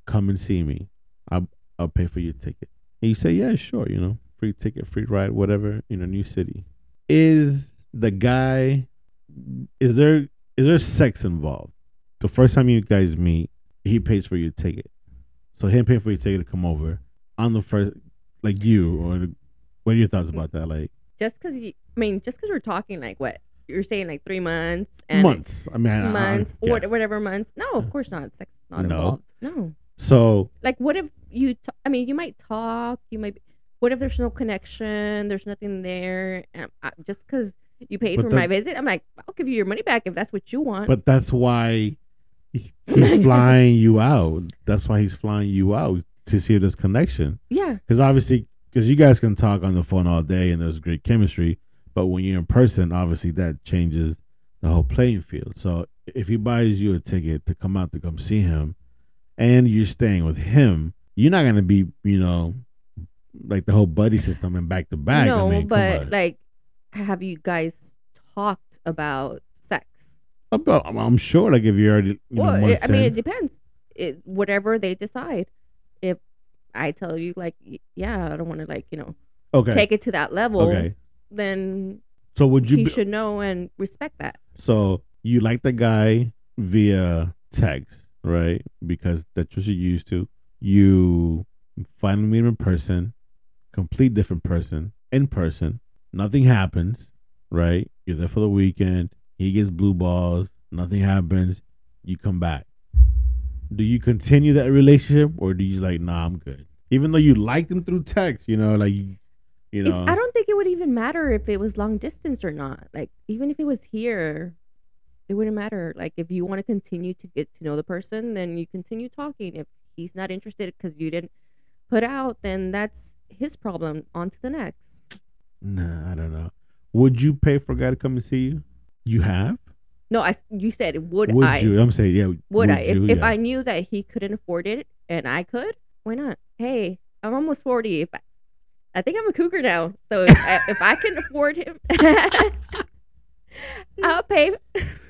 Speaker 1: come and see me. I'll, I'll pay for your ticket. And you say, Yeah, sure, you know, free ticket, free ride, whatever, you know, new city. Is the guy is there is there sex involved? The first time you guys meet, he pays for your ticket. So him paying for your ticket to come over on the first like you or what are your thoughts about that? Like
Speaker 2: Just because you, I mean, just because we're talking like what you're saying, like three months and
Speaker 1: months. I mean I- I-
Speaker 2: months,
Speaker 1: yeah. Mm.
Speaker 2: what- whatever months. No, of course not. Sex is not
Speaker 1: No.
Speaker 2: involved. No.
Speaker 1: So
Speaker 2: Like, what if you? T- I mean, you might talk. You might. Be, what if there's no connection? There's nothing there. And I, just because you paid
Speaker 1: But
Speaker 2: for
Speaker 1: the-
Speaker 2: my visit, I'm like, I'll give you your money back if that's what you want.
Speaker 1: but that's why he- he's flying you out. That's why he's flying you out to see if there's connection.
Speaker 2: yeah.
Speaker 1: Because obviously, because you guys can talk on the phone all day and there's great chemistry, but when you're in person, obviously that changes the whole playing field. So if he buys you a ticket to come out to come see him, and you're staying with him, you're not gonna be, you know, like the whole buddy system and back to back.
Speaker 2: no,
Speaker 1: I mean, come
Speaker 2: but
Speaker 1: on.
Speaker 2: like, have you guys talked about sex?
Speaker 1: I'm, I'm- I'm sure, like if you're already, you know,
Speaker 2: well, it,
Speaker 1: months
Speaker 2: I mean,
Speaker 1: in-
Speaker 2: it depends. It, whatever they decide. If I tell you, like, y- yeah, I don't want to, like, you know,
Speaker 1: okay,
Speaker 2: take it to that level,
Speaker 1: okay.
Speaker 2: then
Speaker 1: So would you
Speaker 2: he
Speaker 1: be,
Speaker 2: should know and respect that.
Speaker 1: So you like the guy via text, right? Because that's what you're used to. You finally meet him in person, complete different person, in person. Nothing happens, right? You're there for the weekend. He gets blue balls. Nothing happens. You come back. Do you continue that relationship or do you like, nah, I'm good? Even though you liked him through text, you know, like, you you
Speaker 2: It-
Speaker 1: know.
Speaker 2: I don't think it would even matter if it was long distance or not. Like, even if it was here, it wouldn't matter. Like, if you want to continue to get to know the person, then you continue talking. If he's not interested because you didn't put out, then that's his problem. On to the next.
Speaker 1: Nah, I don't know. Would you pay for a guy to come and see you? You have?
Speaker 2: No, I. s- You said would, I?
Speaker 1: you? I'm saying, yeah. Would,
Speaker 2: would, I? If,
Speaker 1: you?
Speaker 2: if
Speaker 1: Yeah.
Speaker 2: I knew that he couldn't afford it and I could, why not? Hey, I'm almost 40. If I, I think I'm a cougar now. So if I, if I can afford him, I'll pay.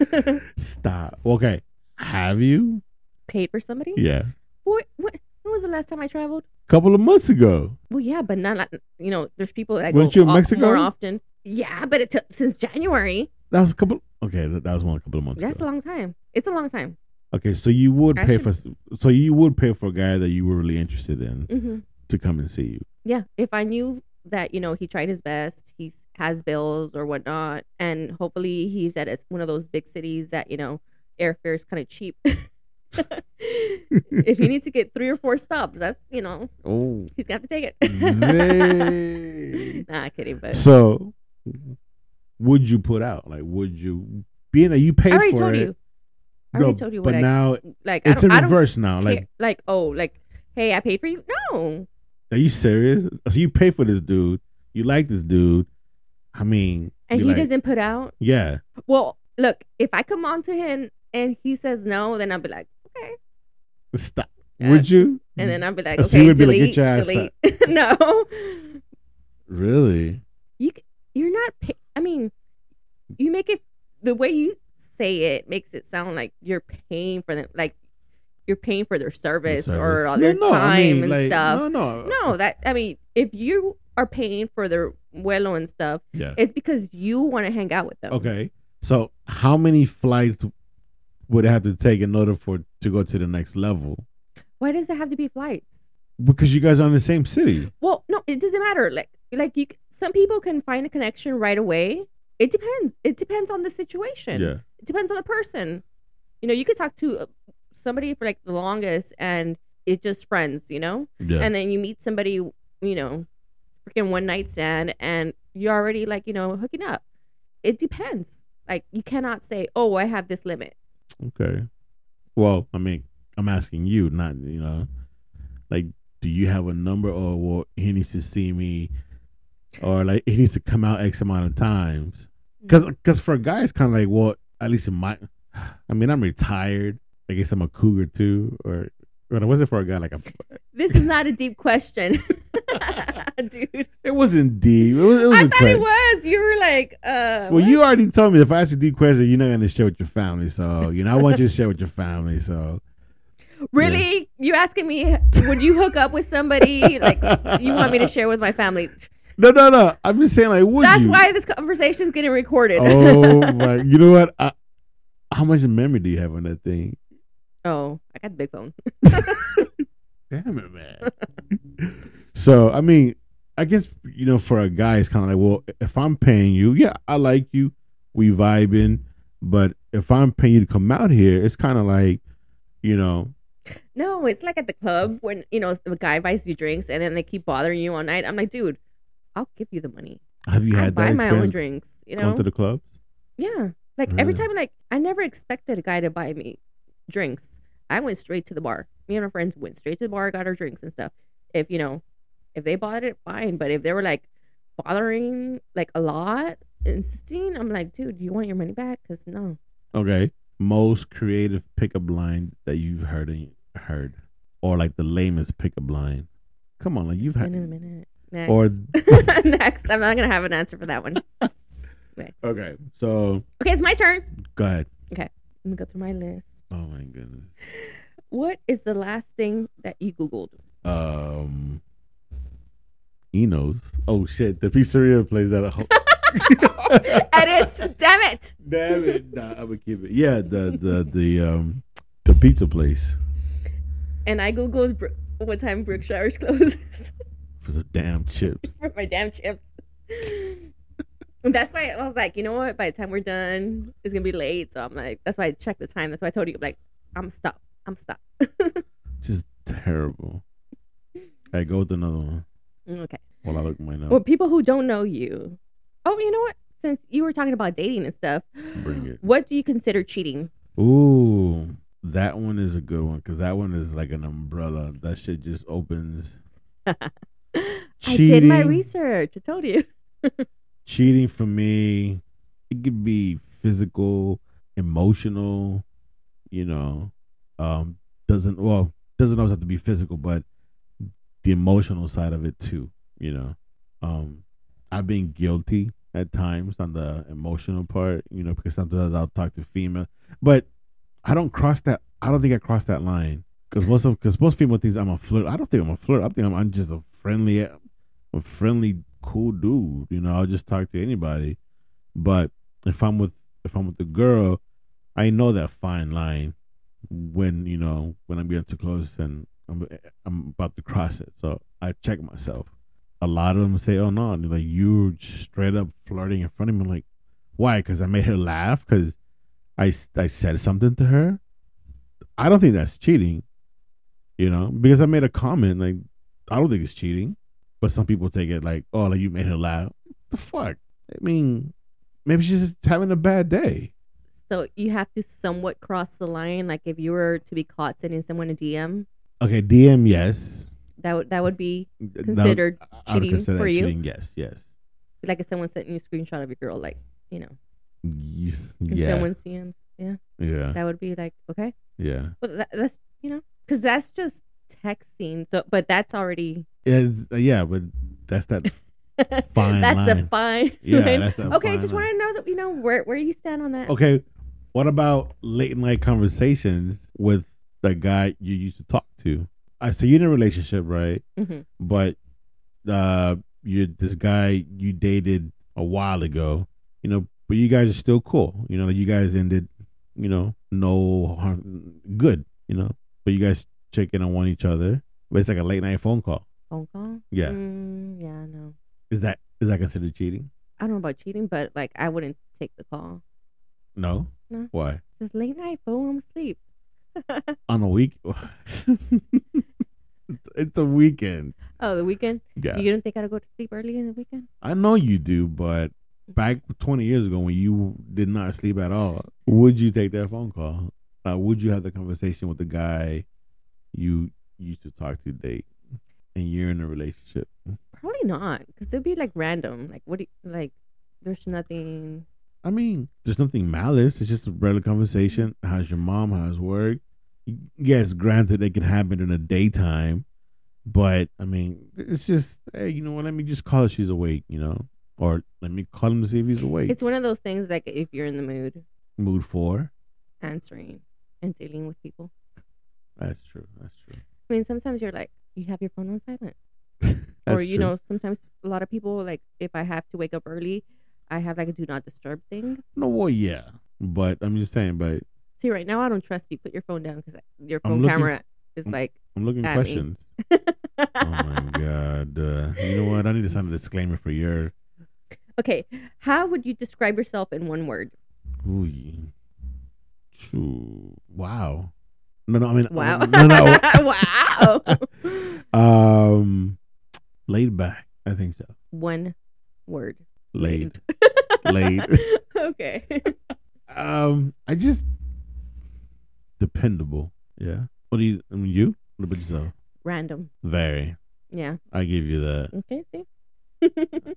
Speaker 1: Stop. Okay. Have you?
Speaker 2: Paid for somebody?
Speaker 1: Yeah.
Speaker 2: What, what, when was the last time I traveled?
Speaker 1: couple of months ago.
Speaker 2: Well, yeah, but not, like you know, there's people that
Speaker 1: Weren't
Speaker 2: go
Speaker 1: you in
Speaker 2: off
Speaker 1: Mexico?
Speaker 2: more often. Yeah, but it took since January.
Speaker 1: That was a couple. Okay. That, that was one couple of months
Speaker 2: That's a
Speaker 1: ago.
Speaker 2: long time. It's a long time.
Speaker 1: okay. So you would
Speaker 2: I
Speaker 1: pay
Speaker 2: should-
Speaker 1: for. So you would pay for a guy that you were really interested in
Speaker 2: hmm
Speaker 1: to come and see you.
Speaker 2: Yeah, if I knew that you know he tried his best, he has bills or whatnot, and hopefully he's at a, one of those big cities that you know airfare is kind of cheap. if he needs to get three or four stops, that's you know
Speaker 1: Oh.
Speaker 2: he's got to take it.
Speaker 1: Zay.
Speaker 2: nah, kidding, but
Speaker 1: so, would you put out? Like, would you? Being that you paid
Speaker 2: I already
Speaker 1: for
Speaker 2: told
Speaker 1: it.
Speaker 2: you, I already
Speaker 1: no,
Speaker 2: told you
Speaker 1: But
Speaker 2: what I ex-
Speaker 1: now
Speaker 2: like I
Speaker 1: it's
Speaker 2: don't,
Speaker 1: in
Speaker 2: I don't
Speaker 1: reverse now.
Speaker 2: care.
Speaker 1: Like
Speaker 2: like oh like hey I paid for you no
Speaker 1: Are you serious? So you pay for this dude. You like this dude. I mean,
Speaker 2: and
Speaker 1: you
Speaker 2: he
Speaker 1: like-
Speaker 2: doesn't put out.
Speaker 1: Yeah,
Speaker 2: Well, look, if I come on to him and he says no, then I'll be like, okay.
Speaker 1: stop.
Speaker 2: Yeah.
Speaker 1: Would you?
Speaker 2: And then uh, I'll be like,
Speaker 1: Mm. Oh, So
Speaker 2: okay,
Speaker 1: you would be like,
Speaker 2: delete,
Speaker 1: "Get your ass
Speaker 2: delete. no,
Speaker 1: really?
Speaker 2: you c- you're not. Pay- I mean, you make it the way you say it makes it sound like you're paying for them, like you're paying for their service, or
Speaker 1: Service.
Speaker 2: all
Speaker 1: No,
Speaker 2: their
Speaker 1: no,
Speaker 2: time
Speaker 1: I mean,
Speaker 2: and
Speaker 1: like,
Speaker 2: stuff.
Speaker 1: No, no,
Speaker 2: No, that I mean, if you are paying for their vuelo and stuff,
Speaker 1: Yeah.
Speaker 2: it's because you want to hang out with them.
Speaker 1: Okay. So how many flights would it have to take in order for to go to the next level?
Speaker 2: Why does it have to be flights?
Speaker 1: Because you guys are in the same city.
Speaker 2: Well, no, it doesn't matter. Like, like you, c- some people can find a connection right away. It depends. It depends on the situation.
Speaker 1: Yeah.
Speaker 2: It depends on the person. You know, you could talk to uh, somebody for like the longest, and it's just friends. You know,
Speaker 1: Yeah.
Speaker 2: and then you meet somebody, you know, freaking one night stand, and you're already like, you know, hooking up. It depends. Like, you cannot say, "Oh, I have this limit."
Speaker 1: okay. Well, I mean, I'm asking you, not you know, like, do you have a number or well, he needs to see me, or like he needs to come out X amount of times? Because
Speaker 2: Mm.
Speaker 1: because for a guy, it's kind of like, well, at least in my, I mean, I'm retired. I guess I'm a cougar too, or. But it wasn't for a guy like a.
Speaker 2: This is not a deep question, dude.
Speaker 1: It wasn't deep. It was. It was a
Speaker 2: I thought
Speaker 1: question.
Speaker 2: it was. You were like, uh,
Speaker 1: Well, you already told me if I ask you deep question, you're not gonna share with your family. So you know, I want you to share with your family. So
Speaker 2: really? You asking me would you hook up with somebody? like, you want me to share with my family?
Speaker 1: No, no, no. I'm just saying, like, would
Speaker 2: That's
Speaker 1: you?
Speaker 2: why this conversation's getting recorded.
Speaker 1: Oh my! You know what? I, how much memory do you have on that thing?
Speaker 2: Oh, I got the big phone.
Speaker 1: Damn it, man. so I mean, I guess you know, for a guy, it's kind of like, well, if I'm paying you, yeah, I like you, we vibing, but if I'm paying you to come out here, it's kind of like, you know,
Speaker 2: No, it's like at the club when you know the guy buys you drinks and then they keep bothering you all night. I'm like, dude, I'll give you the money.
Speaker 1: have you
Speaker 2: I'll
Speaker 1: had
Speaker 2: buy
Speaker 1: that
Speaker 2: my own
Speaker 1: experience
Speaker 2: drinks. You
Speaker 1: going
Speaker 2: know,
Speaker 1: to the club?
Speaker 2: yeah. Like every
Speaker 1: Really?
Speaker 2: time, like I never expected a guy to buy me drinks. I went straight to the bar. Me and my friends went straight to the bar, got our drinks and stuff. If you know, if they bought it, fine. But if they were like bothering like a lot, insisting, I'm like, dude, you want your money back? Cause no,
Speaker 1: Okay. Most creative pickup line that you've heard in, heard, or like the lamest pickup line. Come on, like you've
Speaker 2: it's been a
Speaker 1: had.
Speaker 2: minute. Next.
Speaker 1: Or
Speaker 2: next, I'm not gonna have an answer for that one. Next. Okay,
Speaker 1: okay, so
Speaker 2: it's my turn.
Speaker 1: go ahead.
Speaker 2: Let me go through my list.
Speaker 1: Oh my goodness.
Speaker 2: What is the last thing that you Googled?
Speaker 1: Um, Enos. Oh shit, the pizzeria plays that. Whole-
Speaker 2: Edit. Damn it.
Speaker 1: Damn it! Nah, I would keep it. Yeah, the the the um the pizza place
Speaker 2: And I Googled bro- what time Brookshire's closes
Speaker 1: for the damn chips.
Speaker 2: for my damn chips. And that's why I was like, you know what? By the time we're done, it's going to be late. So I'm like, that's why I checked the time. That's why I told you, like, I'm stop. I'm stop.
Speaker 1: Just terrible. I go with another one
Speaker 2: Mm, Okay.
Speaker 1: while I look mine up.
Speaker 2: Well, people who don't know you. Oh, you know what? Since you were talking about dating and stuff,
Speaker 1: Bring it.
Speaker 2: what do you consider cheating?
Speaker 1: Ooh, that one is a good one because that one is like an umbrella. That shit just opens.
Speaker 2: I did my
Speaker 1: Cheating.
Speaker 2: research. I told you.
Speaker 1: Cheating for me, it could be physical, emotional. You know, um, doesn't well doesn't always have to be physical, but the emotional side of it too. You know, um, I've been guilty at times on the emotional part. You know, because sometimes I'll talk to female, but I don't cross that. I don't think I crossed that line because most of because most female thinks I'm a flirt. I don't think I'm a flirt. I think I'm, I'm just a friendly, a friendly, cool dude. You know, I'll just talk to anybody. But if I'm with if I'm with the girl, I know that fine line when you know when I'm getting too close and I'm I'm about to cross it. So I check myself. A lot of them say, "Oh no, like you straight up flirting in front of me." I'm like, why? Because I made her laugh. Because I s- I said something to her. I don't think that's cheating, you know, because I made a comment. Like I don't think it's cheating, but some people take it like, "Oh, like you made her laugh." The fuck? I mean, maybe she's just having a bad day.
Speaker 2: So you have to somewhat cross the line. Like if you were to be caught sending someone a DM,
Speaker 1: Okay, DM yes.
Speaker 2: That would that would be
Speaker 1: That-
Speaker 2: considered
Speaker 1: I would
Speaker 2: cheating
Speaker 1: consider that
Speaker 2: for you?
Speaker 1: cheating, Yes, yes.
Speaker 2: like if someone sent you a screenshot of your girl, like you know,
Speaker 1: Yes,
Speaker 2: and
Speaker 1: Yeah,
Speaker 2: someone seems, yeah,
Speaker 1: yeah,
Speaker 2: that would be like okay,
Speaker 1: yeah.
Speaker 2: but that, that's you know, because that's just texting. So, but that's already
Speaker 1: It's, uh, yeah, but that's that. Fine
Speaker 2: that's the
Speaker 1: line.
Speaker 2: fine.
Speaker 1: Yeah,
Speaker 2: line.
Speaker 1: that's that.
Speaker 2: okay,
Speaker 1: fine
Speaker 2: just
Speaker 1: line.
Speaker 2: want to know that you know where where you stand on that.
Speaker 1: Okay, what about late night conversations with the guy you used to talk to? I so you're in a relationship, right?
Speaker 2: hmm
Speaker 1: But uh, you this guy you dated a while ago, you know, but you guys are still cool. You know, you guys ended, you know, no harm, good. You know, but you guys checking on one each other. But it's like a late night phone call.
Speaker 2: Phone call.
Speaker 1: Yeah.
Speaker 2: Mm, yeah. No.
Speaker 1: Is that is that considered cheating?
Speaker 2: I don't know about cheating, but like I wouldn't take the call.
Speaker 1: No.
Speaker 2: No.
Speaker 1: Why?
Speaker 2: It's just late night, boom, sleep.
Speaker 1: On a week? it's a weekend.
Speaker 2: Oh, the weekend.
Speaker 1: Yeah.
Speaker 2: You don't think I'd go to sleep early in the weekend?
Speaker 1: I know you do, but back 20 years ago when you did not sleep at all, would you take that phone call? Uh, would you have the conversation with the guy you used to talk to date and you're in a relationship?
Speaker 2: Probably not, because it'd be like random. Like what? Do you, like there's nothing.
Speaker 1: I mean, there's nothing malice. It's just a regular conversation. How's your mom? How's work? Yes, granted, it can happen in the daytime, but I mean, it's just hey, you know what? Let me just call if she's awake, you know, or let me call him to see if he's awake.
Speaker 2: It's one of those things. Like if you're in the mood,
Speaker 1: Mood four.
Speaker 2: answering and dealing with people.
Speaker 1: That's true. That's true.
Speaker 2: I mean, sometimes you're like you have your phone on silent, or
Speaker 1: That's
Speaker 2: you
Speaker 1: true.
Speaker 2: know, sometimes a lot of people like if I have to wake up early, I have like a do not disturb thing.
Speaker 1: no, well, yeah, but I'm just saying. But
Speaker 2: See, right now I don't trust you. Put your phone down because your
Speaker 1: I'm
Speaker 2: phone
Speaker 1: looking-
Speaker 2: camera is like.
Speaker 1: I'm looking
Speaker 2: At me.
Speaker 1: questions. oh my god! Uh, you know what? I need to sign a disclaimer for your.
Speaker 2: Okay, how would you describe yourself in one word?
Speaker 1: Ooh. True. Wow. No, no. I mean,
Speaker 2: Wow.
Speaker 1: Uh,
Speaker 2: Oh.
Speaker 1: No, no.
Speaker 2: wow.
Speaker 1: Um, laid back. I think so.
Speaker 2: One word.
Speaker 1: Laid, laid.
Speaker 2: okay.
Speaker 1: Um, I just dependable. Yeah. What do you? I mean, you. What about yourself?
Speaker 2: Random.
Speaker 1: Very.
Speaker 2: Yeah.
Speaker 1: I give you that.
Speaker 2: Okay. See.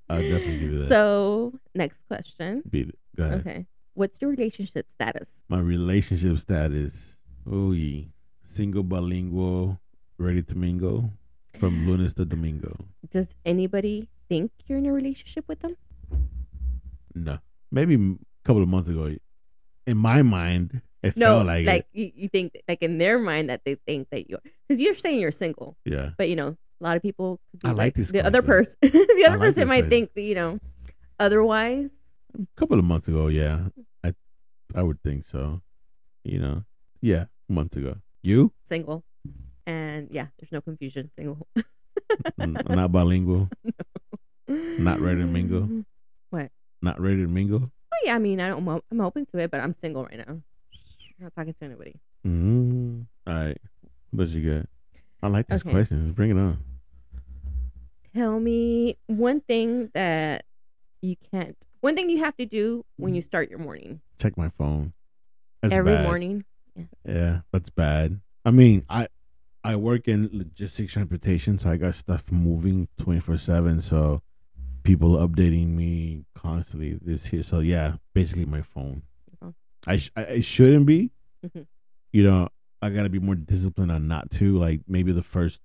Speaker 1: I definitely give you that.
Speaker 2: So, next question.
Speaker 1: Beat it. Go ahead.
Speaker 2: Okay. What's your relationship status?
Speaker 1: My relationship status. Oh, ye. Single, bilingual, ready to mingle. From lunes to domingo.
Speaker 2: Does anybody think you're in a relationship with them?
Speaker 1: No. Maybe a couple of months ago, in my mind, it
Speaker 2: No,
Speaker 1: felt
Speaker 2: like,
Speaker 1: like, it.
Speaker 2: you, you think like in their mind that they think that you're because you're saying you're single,
Speaker 1: Yeah.
Speaker 2: but you know a lot of people. Could be
Speaker 1: I like this
Speaker 2: the other person.
Speaker 1: question.
Speaker 2: the
Speaker 1: I
Speaker 2: other
Speaker 1: like
Speaker 2: person
Speaker 1: this
Speaker 2: might
Speaker 1: question.
Speaker 2: think that you know. Otherwise,
Speaker 1: A couple of months ago, yeah. I I would think so. You know. Yeah. Months ago. You?
Speaker 2: single, and yeah, there's no confusion. Single.
Speaker 1: N- not bilingual. Not ready to mingle?
Speaker 2: What?
Speaker 1: Not ready to mingle.
Speaker 2: Oh yeah, I mean, I don't. mo- I'm open to it, but I'm single right now. I'm not talking to anybody.
Speaker 1: Mm-hmm. All right. What you got? I like this
Speaker 2: Okay.
Speaker 1: question. Bring it on.
Speaker 2: Tell me one thing that you can't. One thing you have to do when you start your morning
Speaker 1: Check my phone. That's
Speaker 2: every
Speaker 1: bad.
Speaker 2: morning.
Speaker 1: Yeah, that's bad. I mean, I I work in logistics transportation, so I got stuff moving twenty four seven. So people updating me constantly this here. So yeah, basically my phone.
Speaker 2: Okay.
Speaker 1: I, sh- I it shouldn't be.
Speaker 2: Mhm.
Speaker 1: You know, I gotta be more disciplined on not to. Like maybe the first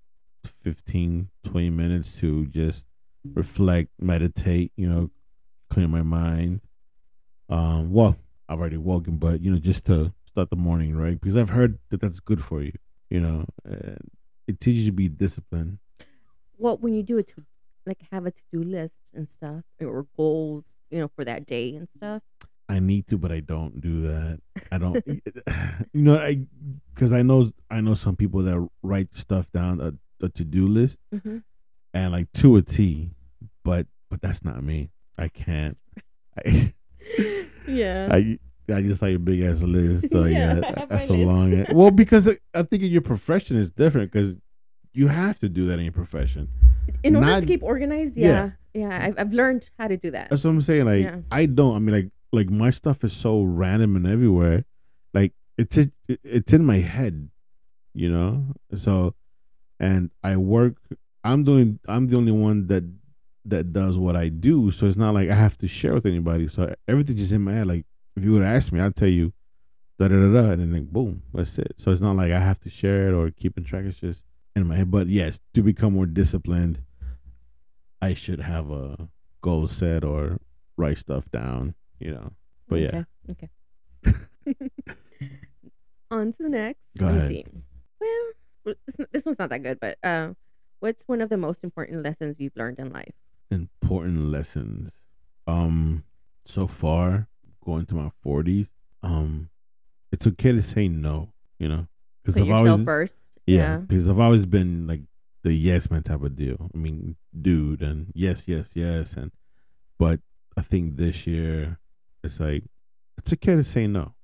Speaker 1: 15, 20 minutes to just reflect, meditate. You know, clear my mind. Um, well, I've already woken, but you know, just to start the morning right because I've heard that that's good for you. You know, and it teaches you to be disciplined.
Speaker 2: Well, when you do it to, like, have a to do list and stuff, or goals, you know, for that day and stuff.
Speaker 1: I need to, but I don't do that. I don't, you know, I because I know I know some people that write stuff down a, a to do list
Speaker 2: Mm-hmm.
Speaker 1: and like to a T, but but that's not me. I can't. I,
Speaker 2: yeah.
Speaker 1: I I just like a big ass list. So
Speaker 2: Yeah,
Speaker 1: yeah,
Speaker 2: I have
Speaker 1: that's a
Speaker 2: my list.
Speaker 1: long. Well, because I think in your profession is different because you have to do that in your profession.
Speaker 2: In order to
Speaker 1: not-
Speaker 2: keep organized, yeah,
Speaker 1: yeah.
Speaker 2: yeah, I've, I've learned how to do that.
Speaker 1: That's what I'm saying. Like
Speaker 2: Yeah.
Speaker 1: I don't. I mean, like like my stuff is so random and everywhere. Like it's it, it's in my head, you know. So and I work. I'm doing. I'm the only one that that does what I do, so it's not like I have to share with anybody. So everything's just in my head. Like if you would ask me, I'd tell you, da da da da, and then like boom, that's it. So it's not like I have to share it or keeping track. It's just in my head. But yes, to become more disciplined, I should have a goal set or write stuff down. You know. But yeah.
Speaker 2: Okay. okay. On to the next.
Speaker 1: Go
Speaker 2: Let me
Speaker 1: ahead.
Speaker 2: see. Well, well, this, this one's not that good, but uh, what's one of the most important lessons you've learned in life?
Speaker 1: important lessons um so far going to my 40s um it's okay to say no you know because
Speaker 2: Put
Speaker 1: i've
Speaker 2: yourself
Speaker 1: always
Speaker 2: first.
Speaker 1: yeah because i've always been like the yes man type of deal i mean dude and yes yes yes and but i think this year it's like it's okay to say no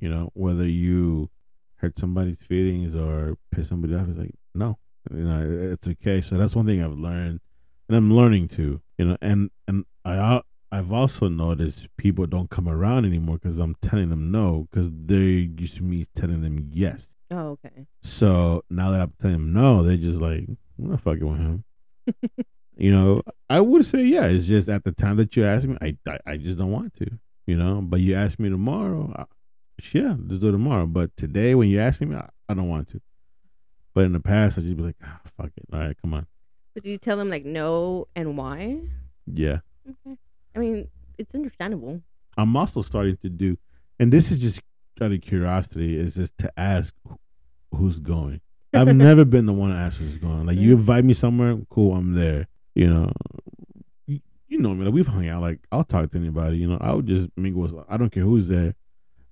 Speaker 1: you know whether you hurt somebody's feelings or piss somebody off it's like no you know it's okay so that's one thing i've learned and i'm learning to you know and and i al- i've also noticed people don't come around anymore because i'm telling them no because they're used to me telling them yes
Speaker 2: Yeah. Oh, okay.
Speaker 1: so now that I'm telling them no, they're just like, I'm not fucking with him. you know, I would say yeah. It's just at the time that you ask me, I I, I just don't want to. You know, but you ask me tomorrow, I, yeah, let's do it tomorrow. But today, when you ask me, I, I don't want to. But in the past, I just be like, ah, fuck it. All right, come on.
Speaker 2: But do you tell them like no and why?
Speaker 1: Yeah,
Speaker 2: Okay. I mean, it's understandable.
Speaker 1: I'm also starting to do, and this is just out of curiosity, is just to ask wh- who's going. I've never been the one to ask who's going. Like you invite me somewhere, cool, I'm there. You know, you, you know me. Like we've hung out. Like I'll talk to anybody. You know, I would just mingle. With, I don't care who's there,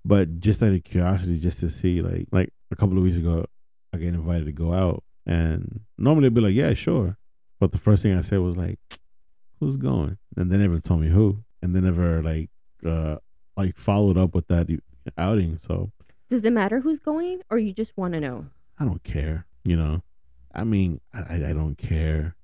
Speaker 1: but just out of curiosity, just to see. Like like a couple of weeks ago, I get invited to go out, and normally I'd be like, yeah, sure. But the first thing I said was like, who's going? And they never told me who, and they never like uh like followed up with that e- outing. So
Speaker 2: Does it matter who's going, or you just want to know?
Speaker 1: I don't care. You know, I mean, I, I- I don't care.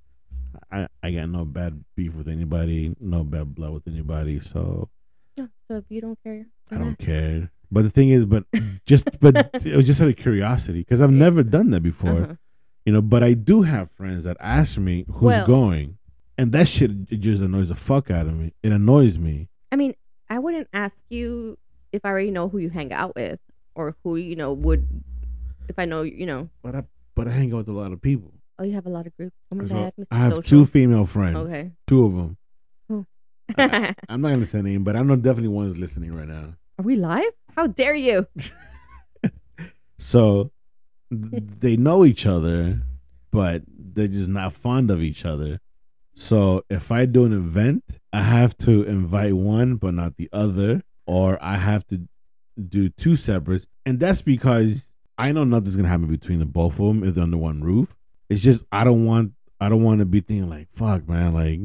Speaker 1: I I got no bad beef with anybody, no bad blood with anybody. So
Speaker 2: Yeah. So if you don't care,
Speaker 1: I don't
Speaker 2: ask.
Speaker 1: care. But the thing is, but just but it was just out of curiosity because I've
Speaker 2: Yeah.
Speaker 1: never done that before.
Speaker 2: Uh-huh.
Speaker 1: You know, but I do have friends that ask me who's
Speaker 2: Well-
Speaker 1: going, and that shit it just annoys the fuck out of me. It annoys me.
Speaker 2: I mean, I wouldn't ask you if I already know who you hang out with or who you know would if I know you know.
Speaker 1: But I but I hang out with a lot of people.
Speaker 2: Oh, you have a lot of groups. Oh my
Speaker 1: So
Speaker 2: god, Mr.
Speaker 1: I have
Speaker 2: Social.
Speaker 1: two female friends.
Speaker 2: Okay.
Speaker 1: Two of them.
Speaker 2: Are
Speaker 1: I'm not gonna say name, but I know definitely one's listening right now.
Speaker 2: we live? How dare you?
Speaker 1: So th- they know each other, but they're just not fond of each other. So if I do an event, I have to invite one but not the other, or I have to do two separates, and that's because I know nothing's gonna happen between the both of them if they're under one roof. It's just I don't want I don't want to be thinking like fuck man like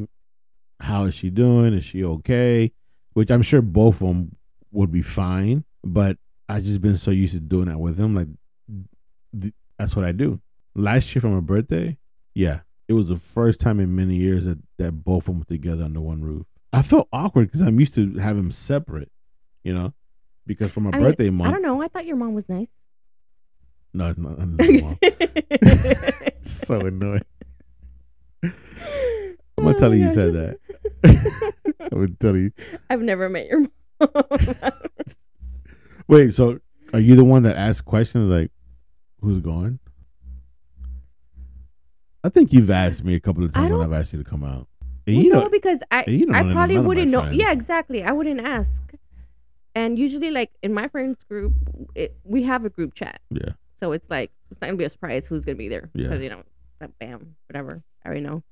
Speaker 1: how is she doing is she okay which I'm sure both of them would be fine but I just been so used to doing that with them like th- that's what I do last year for my birthday yeah it was the first time in many years that that both of them were together under one roof I felt awkward because I'm used to having them separate you know because for my
Speaker 2: I mean,
Speaker 1: birthday month
Speaker 2: I don't know. I thought your mom was nice.
Speaker 1: no, it's not. I'm just wrong. so annoying.
Speaker 2: Oh
Speaker 1: I'm gonna tell her you said that. I would tell you.
Speaker 2: I've never met your mom.
Speaker 1: Wait, so are you the one that asked questions like, "Who's going?" I think you've asked me a couple of times when
Speaker 2: don't-
Speaker 1: I've asked you to come out. And
Speaker 2: Well,
Speaker 1: you
Speaker 2: no,
Speaker 1: know,
Speaker 2: because I
Speaker 1: and you don't
Speaker 2: I
Speaker 1: know
Speaker 2: probably
Speaker 1: none of my
Speaker 2: wouldn't know.
Speaker 1: friends.
Speaker 2: Yeah, exactly. I wouldn't ask. And usually, like in my friends group, it, we have a group chat.
Speaker 1: Yeah.
Speaker 2: So it's like it's not gonna be a surprise who's gonna be there
Speaker 1: Yeah.
Speaker 2: because you know, like, bam, whatever. I already know.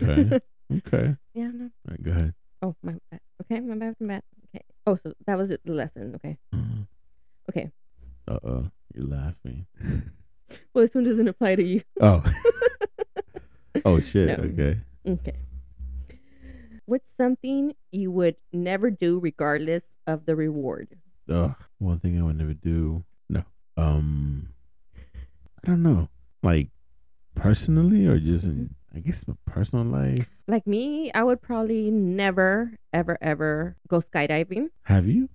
Speaker 1: okay, okay.
Speaker 2: Yeah. No.
Speaker 1: All right, go ahead.
Speaker 2: Oh my bad. Okay, my bad. My bad. Okay. Oh, so that was it, the lesson. Okay. Okay.
Speaker 1: Uh oh, you're laughing.
Speaker 2: Well, this one doesn't apply to you.
Speaker 1: Oh, oh shit.
Speaker 2: No.
Speaker 1: Okay.
Speaker 2: Okay. What's something you would never do regardless of the reward?
Speaker 1: Ugh, one thing I would never do. No. Um, I don't know. Like personally, or just in, I guess my personal life.
Speaker 2: Like me, I would probably never, ever, ever go skydiving,
Speaker 1: Have you?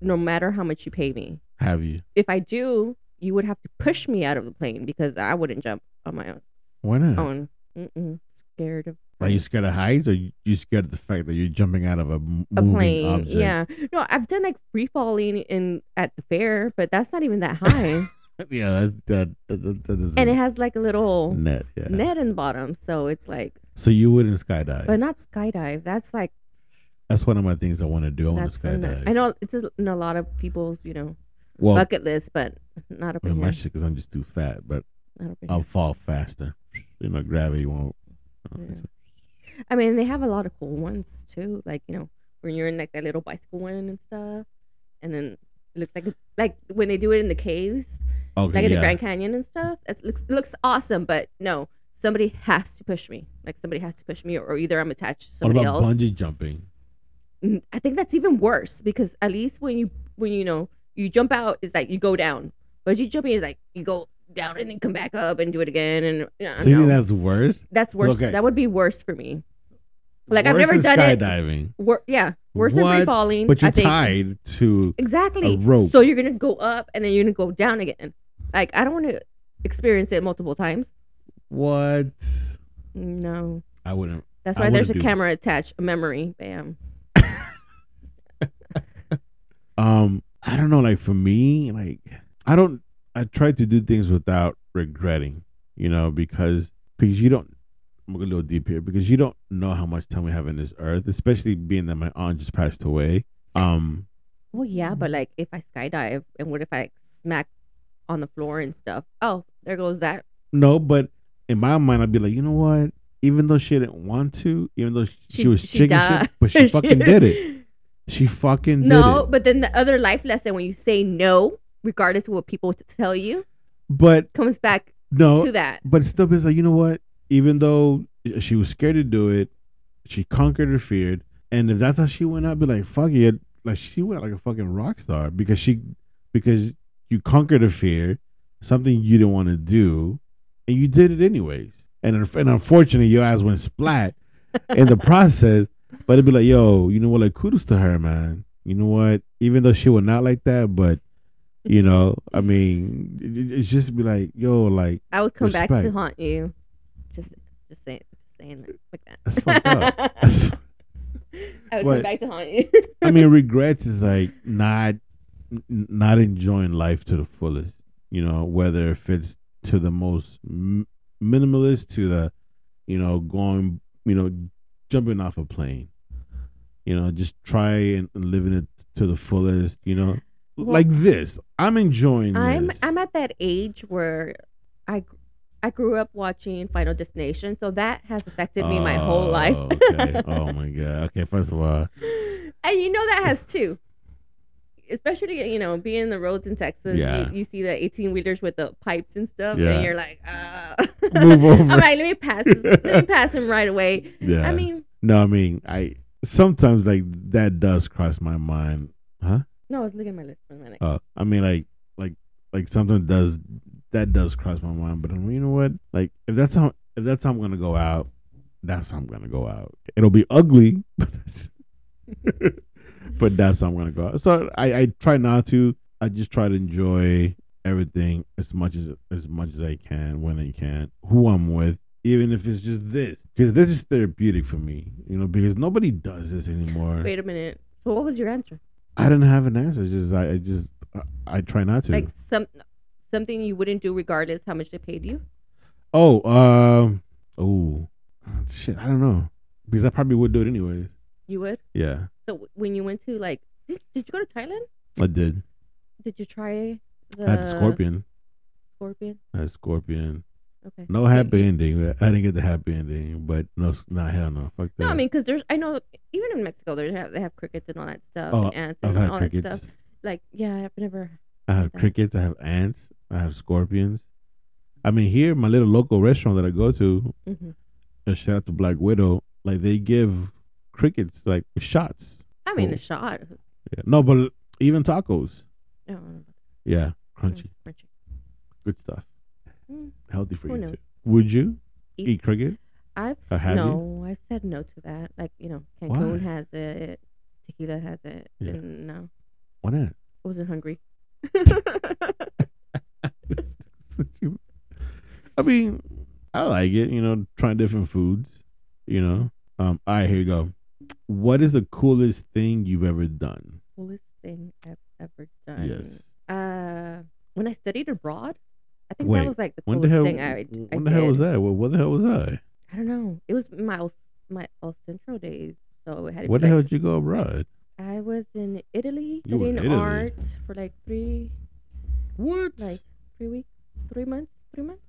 Speaker 2: no matter how much you pay me.
Speaker 1: Have you?
Speaker 2: If I do, you would have to push me out of the plane because I wouldn't jump on my own.
Speaker 1: Why not?
Speaker 2: own. Mm-mm. Scared of.
Speaker 1: Are you
Speaker 2: heights.
Speaker 1: scared of heights, or you you scared of the fact that you're jumping out of a m-
Speaker 2: a
Speaker 1: moving
Speaker 2: plane?
Speaker 1: object?
Speaker 2: Yeah. No, I've done like free falling in at the fair, but that's not even that high.
Speaker 1: yeah. That's, that that, that, that is
Speaker 2: and
Speaker 1: a
Speaker 2: it has like a little
Speaker 1: net. Yeah.
Speaker 2: net in the bottom, so it's like,
Speaker 1: So you wouldn't skydive.
Speaker 2: but not skydive. That's like
Speaker 1: that's one of my things I want to do. I want to
Speaker 2: that's a no-
Speaker 1: skydive.
Speaker 2: I know it's in a lot of people's you know
Speaker 1: Well,
Speaker 2: bucket list, but not up
Speaker 1: I mean,
Speaker 2: in
Speaker 1: my uh,
Speaker 2: here.
Speaker 1: shit because I'm just too fat, but
Speaker 2: Not up in
Speaker 1: I'll
Speaker 2: here.
Speaker 1: fall faster. You know, gravity won't.
Speaker 2: Yeah. I mean, they have a lot of cool ones too. Like you know, when you're in like that little bicycle one and stuff, and then it looks like like when they do it in the caves,
Speaker 1: Okay.
Speaker 2: like in
Speaker 1: yeah.
Speaker 2: the Grand Canyon and stuff. It looks looks awesome, but no, somebody has to push me. Like somebody has to push me, or either I'm attached to
Speaker 1: what
Speaker 2: somebody
Speaker 1: about
Speaker 2: else.
Speaker 1: bungee jumping?
Speaker 2: Mm, I think that's even worse because at least when you when you know you jump out, it's like you go down. Bungee jumping is like you go down and then come back up and do it again, and you know,
Speaker 1: So you
Speaker 2: no.
Speaker 1: think that's worse?
Speaker 2: that's worse.
Speaker 1: Okay.
Speaker 2: That would be worse for me. Like, I've
Speaker 1: Worse
Speaker 2: never
Speaker 1: than
Speaker 2: done it.
Speaker 1: skydiving.
Speaker 2: Wor- yeah, worse than free
Speaker 1: What?
Speaker 2: falling.
Speaker 1: But you're
Speaker 2: I think.
Speaker 1: tied to.
Speaker 2: Exactly.
Speaker 1: A rope.
Speaker 2: So you're gonna go up and then you're gonna go down again. Like I don't want to experience it multiple times.
Speaker 1: What?
Speaker 2: No,
Speaker 1: I wouldn't.
Speaker 2: that's
Speaker 1: I
Speaker 2: why there's a
Speaker 1: wouldn't do it.
Speaker 2: camera attached, a memory. Bam.
Speaker 1: Um, I don't know. Like for me, like I don't. I try to do things without regretting. You know, because because you don't. I'm gonna go deep here because you don't know how much time we have in this earth, especially being that my aunt just passed away. Um,
Speaker 2: Well, yeah, but like if I skydive and what if I smack on the floor and stuff? Oh, there goes that.
Speaker 1: no, but in my mind, I'd be like, you know what? Even though she didn't want to, even though she,
Speaker 2: She-
Speaker 1: was
Speaker 2: she
Speaker 1: chicken shit,
Speaker 2: died.
Speaker 1: but she fucking did it. She fucking did
Speaker 2: No,
Speaker 1: it.
Speaker 2: but then the other life lesson when you say no, regardless of what people t- tell you,
Speaker 1: But
Speaker 2: comes back
Speaker 1: no,
Speaker 2: to that.
Speaker 1: but it's still it's like you know what even though she was scared to do it she conquered her fear and if that's how she went out be like fuck it like she went out like a fucking rock star because she because you conquered a fear something you didn't want to do and you did it anyways and, unf- and unfortunately your ass went splat in the process but it'd be like yo you know what like kudos to her man you know what even though she was not like that but you know i mean it- it- it's just be like yo like
Speaker 2: I would come back to
Speaker 1: Respect.
Speaker 2: haunt you. Just, just saying, just saying that, like that.
Speaker 1: That's fucked up.
Speaker 2: I would
Speaker 1: What?
Speaker 2: come back to haunt you.
Speaker 1: I mean, regrets is like not n- not enjoying life to the fullest. You know, whether if it's to the most m- minimalist to the, you know, going, you know, jumping off a plane. You know, just try and, and living it to the fullest. You know,
Speaker 2: Well,
Speaker 1: like this. I'm enjoying.
Speaker 2: I'm,
Speaker 1: this.
Speaker 2: I'm at that age where I, I grew up watching Final Destination, so that has affected me my whole
Speaker 1: Oh,
Speaker 2: life.
Speaker 1: okay. Oh my god. Okay. First of all,
Speaker 2: and you know that has two. Especially, you know, being in the roads in Texas,
Speaker 1: Yeah.
Speaker 2: you, you see the 18 wheelers with the pipes and stuff,
Speaker 1: Yeah.
Speaker 2: and you're like, ah.
Speaker 1: move over.
Speaker 2: I'm like, let me pass, this, let me pass him right away.
Speaker 1: yeah.
Speaker 2: I mean,
Speaker 1: no. I mean, I sometimes like that does cross my mind.
Speaker 2: no, I was looking at my list for a minute.
Speaker 1: Uh, I mean, like, like, like something does that does cross my mind, but I'm, you know what? Like, if that's how if that's how I'm gonna go out, that's how I'm gonna go out. It'll be ugly, but that's- but that's how I'm gonna go out. So I, I try not to. I just try to enjoy everything as much as as much as I can when I can. Who I'm with. Even if it's just this, because this is therapeutic for me, you know, because nobody does this anymore.
Speaker 2: Wait a minute. So, what was your answer?
Speaker 1: I didn't have an answer. It's Just I, I just I, I try not to.
Speaker 2: Like some something you wouldn't do regardless how much they paid you?
Speaker 1: Oh, um, oh, shit. I don't know because I probably would do it anyways.
Speaker 2: You would?
Speaker 1: Yeah,
Speaker 2: So, w- when you went to, like, did, did you go to Thailand?
Speaker 1: I did.
Speaker 2: Did you try the
Speaker 1: I had the scorpion.
Speaker 2: Scorpion?
Speaker 1: I had scorpion.
Speaker 2: Okay.
Speaker 1: No happy ending. I didn't get the happy ending, but no, nah, hell no. Fuck that.
Speaker 2: No, I mean, because there's, I know, even in Mexico, they have, they have crickets and all that stuff,
Speaker 1: Oh,
Speaker 2: and ants
Speaker 1: I've
Speaker 2: and
Speaker 1: had
Speaker 2: all
Speaker 1: crickets.
Speaker 2: that stuff. Like, yeah, I've never.
Speaker 1: I have
Speaker 2: Okay.
Speaker 1: crickets. I have ants. I have scorpions. I mean, here my little local restaurant that I go to,
Speaker 2: hmm
Speaker 1: a shout out to Black Widow. Like they give crickets like shots.
Speaker 2: I mean,
Speaker 1: Cool.
Speaker 2: a shot.
Speaker 1: Yeah. No, but even tacos.
Speaker 2: No,
Speaker 1: Yeah,
Speaker 2: no,
Speaker 1: crunchy,
Speaker 2: Mm-hmm. crunchy.
Speaker 1: good stuff.
Speaker 2: Mm,
Speaker 1: Healthy for
Speaker 2: Who
Speaker 1: you
Speaker 2: knows?
Speaker 1: too. Would you
Speaker 2: Eat-
Speaker 1: eat cricket?
Speaker 2: I've
Speaker 1: Or have you?
Speaker 2: no, I've said no to that. Like, you know,
Speaker 1: Why?
Speaker 2: Cancun has it, tequila has it,
Speaker 1: Yeah.
Speaker 2: and no,
Speaker 1: Why not?
Speaker 2: I wasn't hungry.
Speaker 1: I mean, I like it. You know, trying different foods. You know. Um. All right, here you go. What is the coolest thing you've ever done?
Speaker 2: Coolest thing I've ever done.
Speaker 1: Yes.
Speaker 2: Uh, when I studied abroad, I think
Speaker 1: Wait,
Speaker 2: that was like the
Speaker 1: When
Speaker 2: coolest
Speaker 1: the hell?
Speaker 2: thing I, d- I
Speaker 1: when the hell was
Speaker 2: did.
Speaker 1: that? Well, what the hell was that?
Speaker 2: I don't know. It was my El- my El Centro days, so it had. To
Speaker 1: What
Speaker 2: be
Speaker 1: the hell
Speaker 2: like,
Speaker 1: did you go abroad?
Speaker 2: I was in Italy
Speaker 1: You were in
Speaker 2: studying
Speaker 1: Italy.
Speaker 2: art for like three,
Speaker 1: What?
Speaker 2: like three weeks, three months, three months.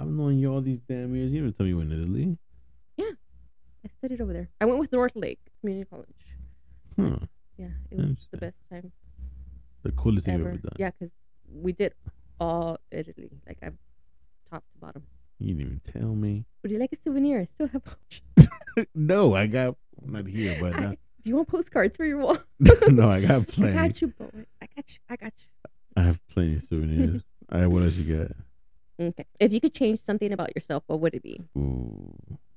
Speaker 1: I've known you all these damn years. You never tell me you went to Italy.
Speaker 2: I studied over there. I went with North Lake Community College.
Speaker 1: Huh.
Speaker 2: Yeah, it was the
Speaker 1: Interesting.
Speaker 2: best time
Speaker 1: The coolest thing
Speaker 2: ever.
Speaker 1: you've ever done.
Speaker 2: Yeah, because we did all Italy, like I top to bottom.
Speaker 1: You didn't even tell me.
Speaker 2: Would you like a souvenir? I still have.
Speaker 1: no, I got not here, but
Speaker 2: I, if you want postcards for your wall,
Speaker 1: uh, no, I got
Speaker 2: I
Speaker 1: plenty.
Speaker 2: got you, boy. I got you. I got you.
Speaker 1: I have plenty of souvenirs. All right, what else you got?
Speaker 2: Okay. If you could change something about yourself, what would it be?
Speaker 1: Ooh,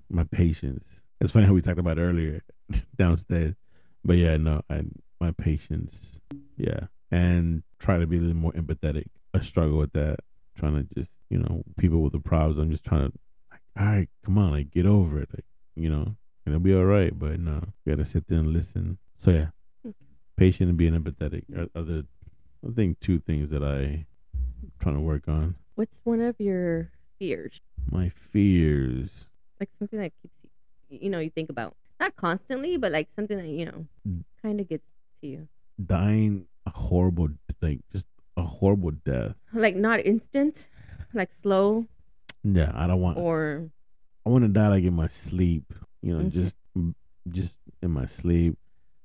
Speaker 1: my patience. It's funny how we talked about it earlier downstairs, but yeah, no, I my patience. Yeah, and try to be a little more empathetic. I struggle with that. Trying to just you know people with the problems. I'm just trying to like, all right, come on, like get over it, like you know, and it'll be all right. But no, you gotta sit there and listen. So yeah,
Speaker 2: Okay.
Speaker 1: patient and being empathetic are, are the I think two things that I trying to work on.
Speaker 2: What's one of your fears?
Speaker 1: My fears.
Speaker 2: Like something that keeps you, you know, you think about not constantly, but like something that you know,
Speaker 1: Mm.
Speaker 2: kind of gets to you.
Speaker 1: dying a horrible like just a horrible death.
Speaker 2: Like not instant, like slow,
Speaker 1: Yeah, I don't want.
Speaker 2: or
Speaker 1: I want to die like in my sleep. You know,
Speaker 2: Okay.
Speaker 1: just mm, just in my sleep.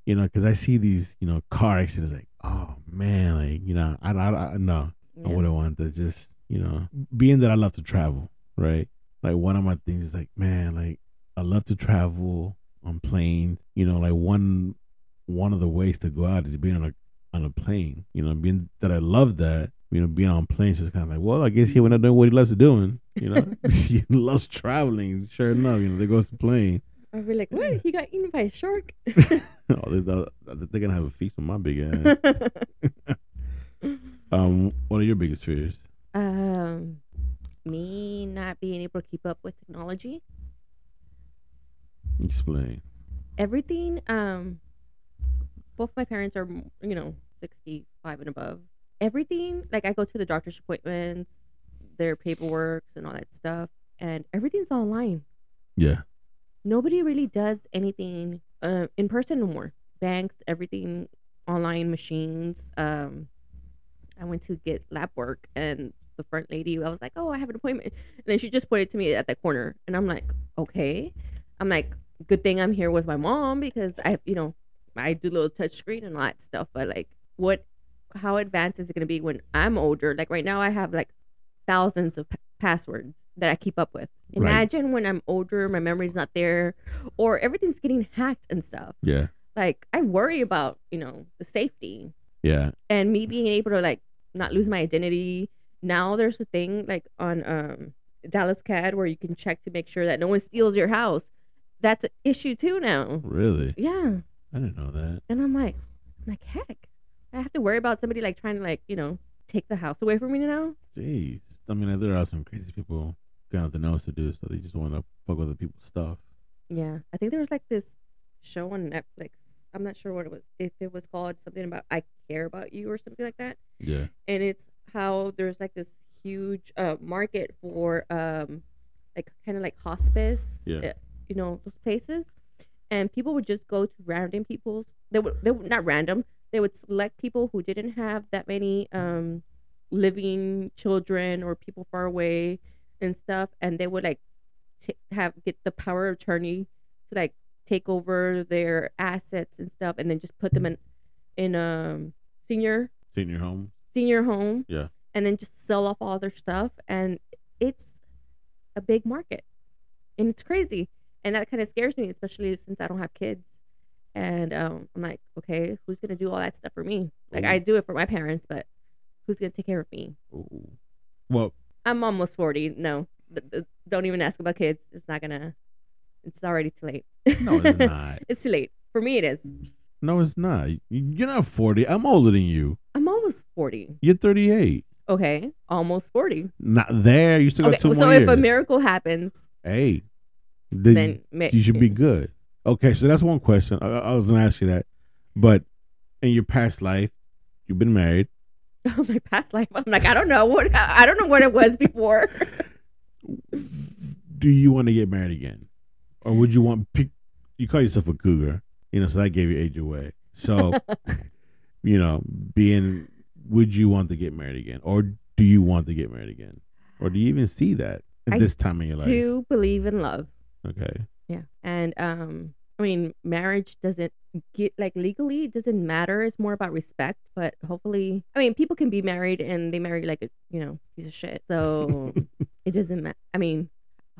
Speaker 1: You know, because I see these you know car accidents like oh man like you know I I, I no I
Speaker 2: yeah.
Speaker 1: wouldn't want to just you know being that I love to travel right like one of my things is like man like I love to travel on planes you know like one one of the ways to go out is being on a on a plane. You know, being that I love that. You know, being on planes is kind of like, well, I guess he went out doing what he loves doing. You know, he loves traveling. Sure enough, you know, there goes the plane.
Speaker 2: I'd be like,
Speaker 1: Yeah.
Speaker 2: what? He got eaten by a shark.
Speaker 1: oh, they, they- they're gonna have a feast on my big ass. um, what are your biggest fears?
Speaker 2: um, me not being able to keep up with technology.
Speaker 1: Explain.
Speaker 2: everything um both my parents are you know 65 and above everything like i go to the doctor's appointments their paperworks and all that stuff and everything's online
Speaker 1: Yeah.
Speaker 2: nobody really does anything uh, in person no more banks everything online machines um i went to get lab work and the front lady i was like oh i have an appointment and then she just pointed to me at that corner and i'm like okay i'm like good thing i'm here with my mom because i you know i do little touch screen and all that stuff but like what how advanced is it going to be when i'm older like right now i have like thousands of p- passwords that i keep up with
Speaker 1: Right.
Speaker 2: imagine when i'm older my memory's not there or everything's getting hacked and stuff
Speaker 1: Yeah.
Speaker 2: like i worry about you know the safety
Speaker 1: Yeah.
Speaker 2: and me being able to like not lose my identity. Now there's a thing like on um Dallas CAD where you can check to make sure that no one steals your house. That's an issue too now.
Speaker 1: Really?
Speaker 2: Yeah.
Speaker 1: I didn't know that.
Speaker 2: And I'm like, I'm like heck. I have to worry about somebody like trying to like, you know, take the house away from me now.
Speaker 1: Jeez. I mean, there are some crazy people got nothing else to do, so they just want to fuck with other people's stuff.
Speaker 2: Yeah. I think there was like this show on Netflix. I'm not sure what it was if it was called something about I care about you or something like that.
Speaker 1: Yeah.
Speaker 2: and it's how there's like this huge uh, market for um, like kind of like hospice,
Speaker 1: Yeah.
Speaker 2: uh, you know, those places, and people would just go to random people's. They would they would not random. They would select people who didn't have that many um, living children or people far away and stuff, and they would like t- have get the power of attorney to like take over their assets and stuff, and then just put them in in um senior
Speaker 1: Senior home.
Speaker 2: senior home.
Speaker 1: Yeah.
Speaker 2: And then just sell off all their stuff. And it's a big market. And it's crazy. And that kind of scares me, especially since I don't have kids. And um, I'm like, okay, who's going to do all that stuff for me? Like,
Speaker 1: Ooh.
Speaker 2: I do it for my parents, but who's going to take care of me?
Speaker 1: Ooh. Well,
Speaker 2: I'm almost 40. No, th- th- don't even ask about kids. It's not going to, it's already too late.
Speaker 1: no, it's not.
Speaker 2: It's too late. For me, it is.
Speaker 1: No, it's not. You- You're not 40. I'm older than you.
Speaker 2: I'm almost 40.
Speaker 1: You're 38.
Speaker 2: Okay, almost forty.
Speaker 1: Not there. You still
Speaker 2: Okay,
Speaker 1: got two
Speaker 2: so
Speaker 1: more
Speaker 2: if a
Speaker 1: years.
Speaker 2: miracle happens,
Speaker 1: hey, then,
Speaker 2: then ma-
Speaker 1: you should be good. Okay, so that's one question. I, I was gonna ask you that, but in your past life, you've been married.
Speaker 2: my past life. I'm like, I don't know what I don't know what it was before.
Speaker 1: Do you want to get married again, or would you want? Pick, you call yourself a cougar, you know. So that gave your age away. So, you know, being, would you want to get married again, or do you want to get married again, or do you even see that at
Speaker 2: I
Speaker 1: this time in your life?
Speaker 2: Do believe in love.
Speaker 1: Okay.
Speaker 2: Yeah. And um I mean marriage doesn't get like legally it doesn't matter. It's more about respect, but hopefully I mean people can be married and they marry like a you know, piece of shit. So it doesn't matter. I mean,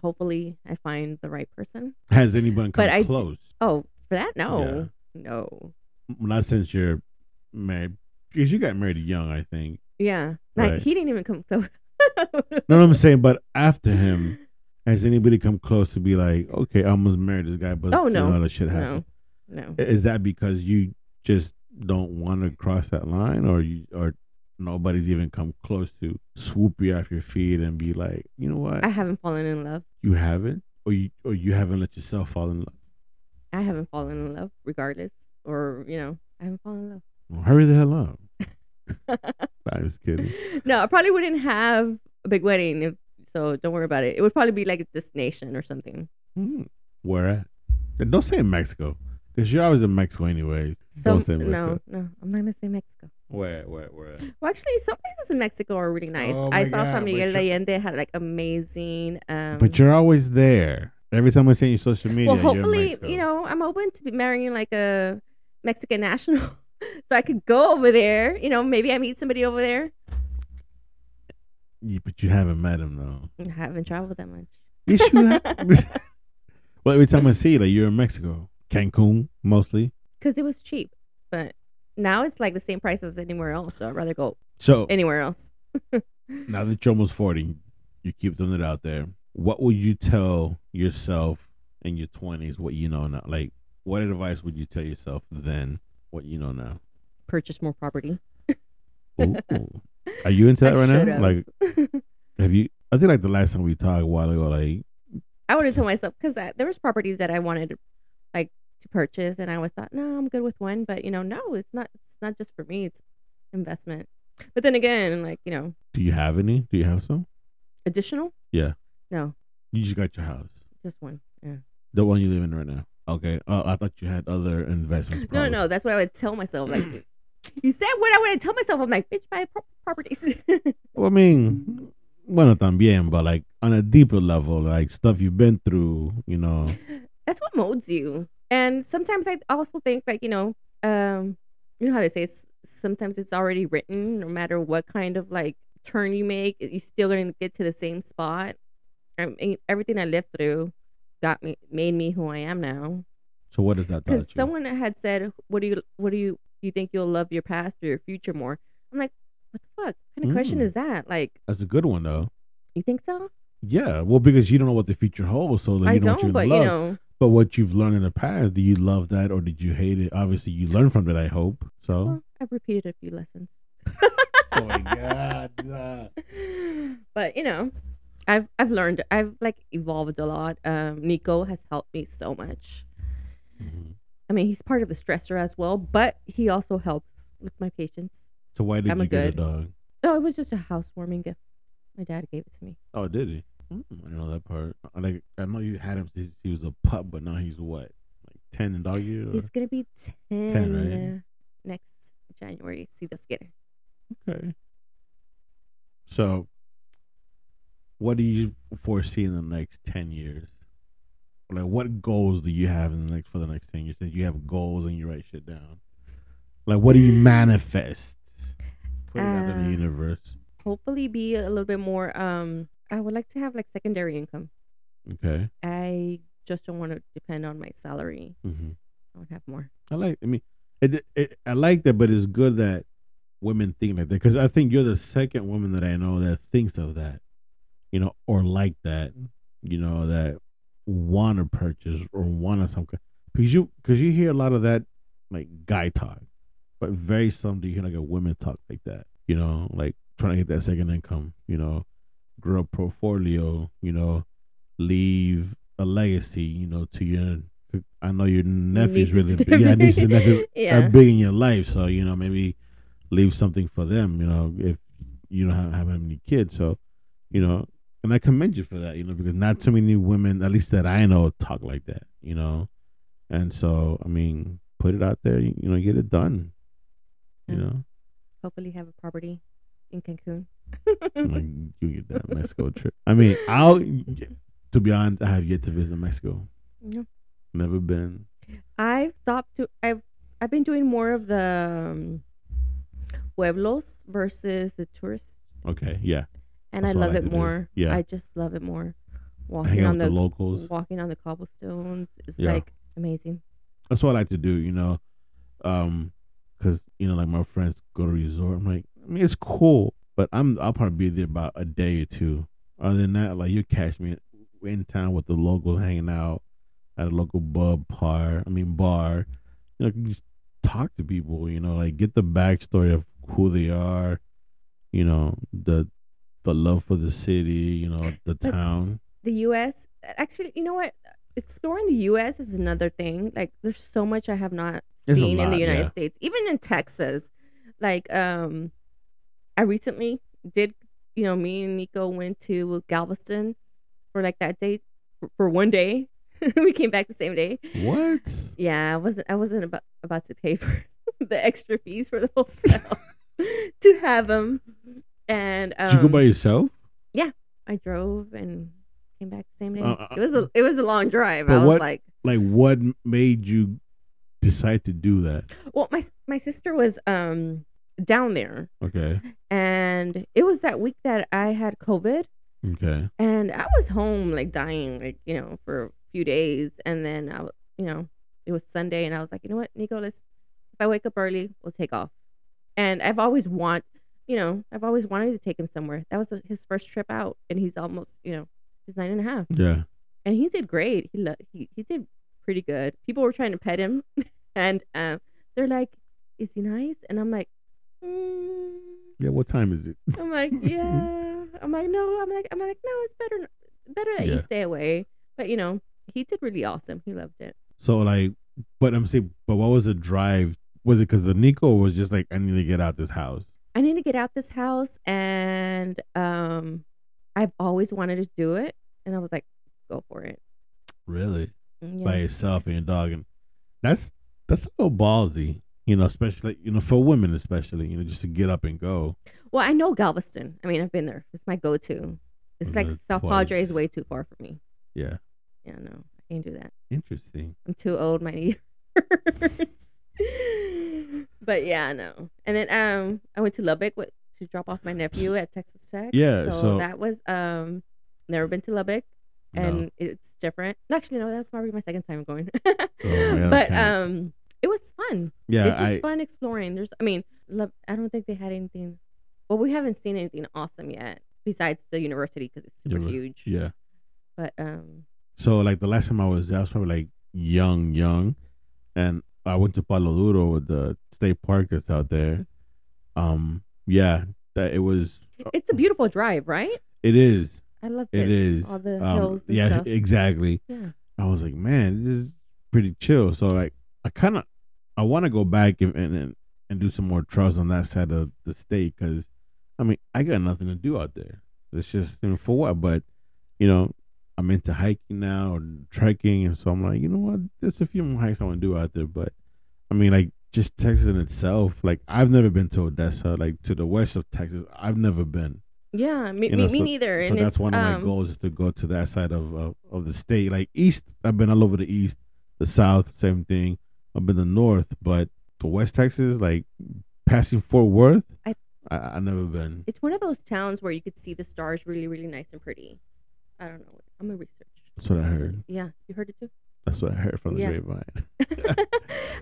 Speaker 2: hopefully I find the right person.
Speaker 1: Has anyone come
Speaker 2: But I d-
Speaker 1: close?
Speaker 2: Oh, for that no. No.
Speaker 1: Not since you're married, because you got married young, I think.
Speaker 2: Yeah. Like
Speaker 1: Right.
Speaker 2: he didn't even come close.
Speaker 1: No, no, I'm saying, but after him, has anybody come close to be like, okay, I almost married this guy, but
Speaker 2: Oh,
Speaker 1: you know,
Speaker 2: no.
Speaker 1: all that shit
Speaker 2: no.
Speaker 1: happened.
Speaker 2: No.
Speaker 1: I- Is that because you just don't want to cross that line, or you, or nobody's even come close to swoop you off your feet and be like, you know what,
Speaker 2: I haven't fallen in love.
Speaker 1: you haven't, or you, or you haven't let yourself fall in love.
Speaker 2: I haven't fallen in love regardless. Or, you know, I haven't fallen in love.
Speaker 1: Well, hurry the hell up. I was kidding.
Speaker 2: no, I probably wouldn't have a big wedding. If, so don't worry about it. It would probably be like a destination or something.
Speaker 1: Hmm. Where at? And Don't say in Mexico, because you're always in Mexico anyway.
Speaker 2: Some,
Speaker 1: Don't say what's
Speaker 2: no,
Speaker 1: up.
Speaker 2: no, I'm not gonna say Mexico.
Speaker 1: Where, where, where? At?
Speaker 2: Well, actually, some places in Mexico are really nice.
Speaker 1: Oh
Speaker 2: I
Speaker 1: my
Speaker 2: saw
Speaker 1: God,
Speaker 2: San
Speaker 1: but
Speaker 2: Miguel de
Speaker 1: you're-
Speaker 2: Allende had like amazing. Um,
Speaker 1: But you're always there. Every time I see your social media,
Speaker 2: well,
Speaker 1: you're in
Speaker 2: hopefully,
Speaker 1: Mexico.
Speaker 2: you know, I'm open to be marrying like a Mexican national, so I could go over there. You know, maybe I meet somebody over there.
Speaker 1: Yeah, but you haven't met him though.
Speaker 2: I haven't traveled that much.
Speaker 1: Yes, you have. well, every time I see you, like you're in Mexico, Cancun mostly.
Speaker 2: because it was cheap. But now it's like the same price as anywhere else. So I'd rather go
Speaker 1: So
Speaker 2: anywhere else.
Speaker 1: now that you're almost forty, you keep throwing it out there. What would you tell yourself in your twenties? What you know now? Like, what advice would you tell yourself then? What you know now?
Speaker 2: Purchase more property.
Speaker 1: Ooh. Are you into
Speaker 2: I
Speaker 1: that right now?
Speaker 2: should've.
Speaker 1: Like, have you? I think like the last time we talked a while ago, like,
Speaker 2: I would have told myself because there was properties that I wanted, like to purchase, and I always thought, no, I'm good with one. But you know, no, it's not. It's not just for me. It's investment. But then again, like you know,
Speaker 1: do you have any? Do you have some?
Speaker 2: additional.
Speaker 1: Yeah.
Speaker 2: No,
Speaker 1: You just got your house,
Speaker 2: just one. Yeah.
Speaker 1: the one you live in right now. Okay. Oh, I thought you had other investments.
Speaker 2: No, no,
Speaker 1: probably.
Speaker 2: no. That's what I would tell myself. Like, you said what I would tell myself. I'm like, bitch, buy pro- properties.
Speaker 1: Well, I mean, bueno también, but like on a deeper level, like stuff you've been through. You know,
Speaker 2: that's what molds you. And sometimes I also think like you know, um, you know how they say s sometimes it's already written. No matter what kind of like turn you make, you're still gonna get to the same spot. I mean, everything I lived through got me made me who I am now.
Speaker 1: so what does that tell you?
Speaker 2: Because someone had said, "What do you what do you you think you'll love your past or your future more?" I'm like, what the fuck kind of question
Speaker 1: Mm.
Speaker 2: is that? Like,
Speaker 1: That's a good one though.
Speaker 2: you think so?
Speaker 1: Yeah, well, because you don't know what the future holds, so like,
Speaker 2: I
Speaker 1: you know
Speaker 2: don't,
Speaker 1: what you
Speaker 2: but
Speaker 1: love.
Speaker 2: you know,
Speaker 1: But what you've learned in the past, do you love that or did you hate it? Obviously, you learned from it. I hope so.
Speaker 2: well, I've repeated a few lessons.
Speaker 1: oh my god.
Speaker 2: but you know i've i've learned i've like evolved a lot um nico has helped me so much
Speaker 1: Mm-hmm.
Speaker 2: i mean he's part of the stressor as well but he also helps with my patients
Speaker 1: So why did
Speaker 2: I'm a
Speaker 1: you get a
Speaker 2: good-
Speaker 1: dog?
Speaker 2: oh it was just a housewarming gift my dad gave it to me
Speaker 1: Oh, did he? Mm, I didn't know that part. I Like I know you had him since he was a pup, but now he's what, like ten and dog years?
Speaker 2: he's gonna be 10,
Speaker 1: right?
Speaker 2: uh, next january see this get
Speaker 1: Okay. So, what do you foresee in the next ten years? Like, what goals do you have in the next for the next ten years? Since you have goals and you write shit down, like, what do you manifest? Put it out in
Speaker 2: Uh,
Speaker 1: the universe.
Speaker 2: hopefully be a little bit more um i would like to have like secondary income
Speaker 1: Okay.
Speaker 2: i just don't want to depend on my salary
Speaker 1: hmm
Speaker 2: i would have more
Speaker 1: I like. I mean, it, it. I like that, but it's good that women think like that because I think you're the second woman that I know that thinks of that, you know, or like that, you know, that want to purchase or want to some kind because you because you hear a lot of that like guy talk, but very seldom do you hear like a women talk like that, you know, like trying to get that second income, you know, grow a portfolio, you know, leave a legacy, you know, to your. I know your nephew's really,
Speaker 2: Nieces
Speaker 1: big.
Speaker 2: to
Speaker 1: yeah,
Speaker 2: me.
Speaker 1: nieces and nephews
Speaker 2: yeah.
Speaker 1: are big in your life. So you know, maybe leave something for them. You know, if you don't have, have any kids, so you know, and I commend you for that. You know, because not too many women, at least that I know, talk like that. You know, and so I mean, put it out there. You, you know, get it done. You
Speaker 2: Yeah.
Speaker 1: know,
Speaker 2: Hopefully, have a property in Cancun.
Speaker 1: I'm like you get that Mexico trip. I mean, I'll. To be honest, I have yet to visit Mexico.
Speaker 2: Yeah.
Speaker 1: Never been.
Speaker 2: I've stopped to I've I've been doing more of the um, pueblos versus the tourists,
Speaker 1: Okay, yeah.
Speaker 2: and
Speaker 1: That's
Speaker 2: I
Speaker 1: what I
Speaker 2: love
Speaker 1: like to
Speaker 2: it
Speaker 1: do.
Speaker 2: more.
Speaker 1: Yeah.
Speaker 2: I just love it more.
Speaker 1: Hang
Speaker 2: Walking
Speaker 1: out
Speaker 2: on
Speaker 1: with the
Speaker 2: the,
Speaker 1: locals.
Speaker 2: walking on the cobblestones is
Speaker 1: Yeah.
Speaker 2: like amazing.
Speaker 1: that's what I like to do, you know, um, because you know, like my friends go to resort. I'm like, I mean, it's cool, but I'm I'll probably be there about a day or two. Other than that, like you catch me in town with the locals hanging out at a local pub bar. I mean, bar. You know, you just talk to people. You know, like get the backstory of who they are. You know, the the love for the city. You know, the town.
Speaker 2: The U.S. Actually, you know what? Exploring the U.S. is another thing. Like, there's so much I have not
Speaker 1: There's a
Speaker 2: seen in
Speaker 1: lot,
Speaker 2: the United
Speaker 1: yeah.
Speaker 2: States, even in Texas. Like, um, I recently did. You know, me and Nico went to Galveston for like that day for one day. we came back the same day.
Speaker 1: What?
Speaker 2: Yeah, I wasn't. I wasn't about about to pay for the extra fees for the hotel to have them. And um,
Speaker 1: Did you go by yourself?
Speaker 2: I drove and came back the same day.
Speaker 1: Uh, uh,
Speaker 2: it was a it was a long drive.
Speaker 1: But
Speaker 2: I was
Speaker 1: what-
Speaker 2: like,
Speaker 1: Like, what made you decide to do that?
Speaker 2: well, my my sister was um down there,
Speaker 1: Okay.
Speaker 2: and it was that week that I had COVID,
Speaker 1: Okay.
Speaker 2: and I was home like dying, like you know, for a few days, and then I, w- you know, it was Sunday, and I was like, you know what, Nico, let's if I wake up early, we'll take off, and I've always want. You know, I've always wanted to take him somewhere. That was uh, his first trip out, and he's almost, you know, he's nine and a half.
Speaker 1: Yeah.
Speaker 2: and he did great. He lo- he he did pretty good. People were trying to pet him, and um, they're like, "Is he nice?" And I'm like, mm.
Speaker 1: Yeah. What time is it?
Speaker 2: I'm like, yeah. I'm like, no. I'm like, I'm like, no. It's better better that
Speaker 1: Yeah.
Speaker 2: you stay away. But you know, he did really awesome. He loved it.
Speaker 1: So like, but I'm saying, but what was the drive? Was it because the Nico was just like, I need to get out this house?
Speaker 2: I need to get out this house, and um, I've always wanted to do it, and I was like, go for it. Mm,
Speaker 1: Really?
Speaker 2: Yeah.
Speaker 1: By yourself and your dog, and that's that's a little ballsy, you know, especially you know for women, especially you know, just to get up and go.
Speaker 2: Well, I know Galveston. I mean, I've been there. It's my go-to. It's
Speaker 1: I've
Speaker 2: like
Speaker 1: been there
Speaker 2: South Padre is
Speaker 1: twice.
Speaker 2: way too far for me.
Speaker 1: Yeah.
Speaker 2: Yeah, no, I can't do that.
Speaker 1: Interesting.
Speaker 2: I'm too old. My knee hurts. but yeah, no. And then um, I went to Lubbock with, to drop off my nephew at Texas Tech.
Speaker 1: Yeah,
Speaker 2: so,
Speaker 1: so-
Speaker 2: that was um, never been to Lubbock, and it's different. No, actually, no, that was probably my second time going.
Speaker 1: man,
Speaker 2: but
Speaker 1: Oh, okay.
Speaker 2: um, it was fun.
Speaker 1: no. yeah,
Speaker 2: it's just
Speaker 1: I,
Speaker 2: fun exploring. There's, I mean, Lub- I don't think they had anything. Well, we haven't seen anything awesome yet besides the university because it's super
Speaker 1: Univer-
Speaker 2: huge.
Speaker 1: yeah.
Speaker 2: But um,
Speaker 1: So like the last time I was there, I was probably like young, young, and I went to Palo Duro with the state park that's out there. Um, yeah, that it was.
Speaker 2: it's a beautiful drive, right?
Speaker 1: It is.
Speaker 2: I loved it.
Speaker 1: It is.
Speaker 2: all the
Speaker 1: Um,
Speaker 2: hills and
Speaker 1: yeah,
Speaker 2: stuff.
Speaker 1: exactly.
Speaker 2: Yeah.
Speaker 1: I was like, man, this is pretty chill. So like, I kind of, I want to go back and, and and and do some more trails on that side of the state because, I mean, I got nothing to do out there. It's just you know, for what, but you know, I'm into hiking now or trekking, and so I'm like, you know what, there's a few more hikes I want to do out there. But I mean, like just Texas in itself, like I've never been to Odessa, like to the west of Texas, I've never been.
Speaker 2: Yeah, me,
Speaker 1: You
Speaker 2: me,
Speaker 1: know,
Speaker 2: me neither.
Speaker 1: So
Speaker 2: and
Speaker 1: that's
Speaker 2: it's,
Speaker 1: one of my
Speaker 2: um,
Speaker 1: goals is to go to that side of, of of the state. Like east, I've been all over the east, the south, same thing. I've been the north, but the West Texas, like passing Fort Worth, I
Speaker 2: I-
Speaker 1: I, I never been.
Speaker 2: It's one of those towns where you could see the stars really, really nice and pretty. I don't know. I'm gonna research.
Speaker 1: That's what I
Speaker 2: into it.
Speaker 1: heard.
Speaker 2: Yeah, you heard it too.
Speaker 1: That's what I heard from the
Speaker 2: Yeah.
Speaker 1: grapevine.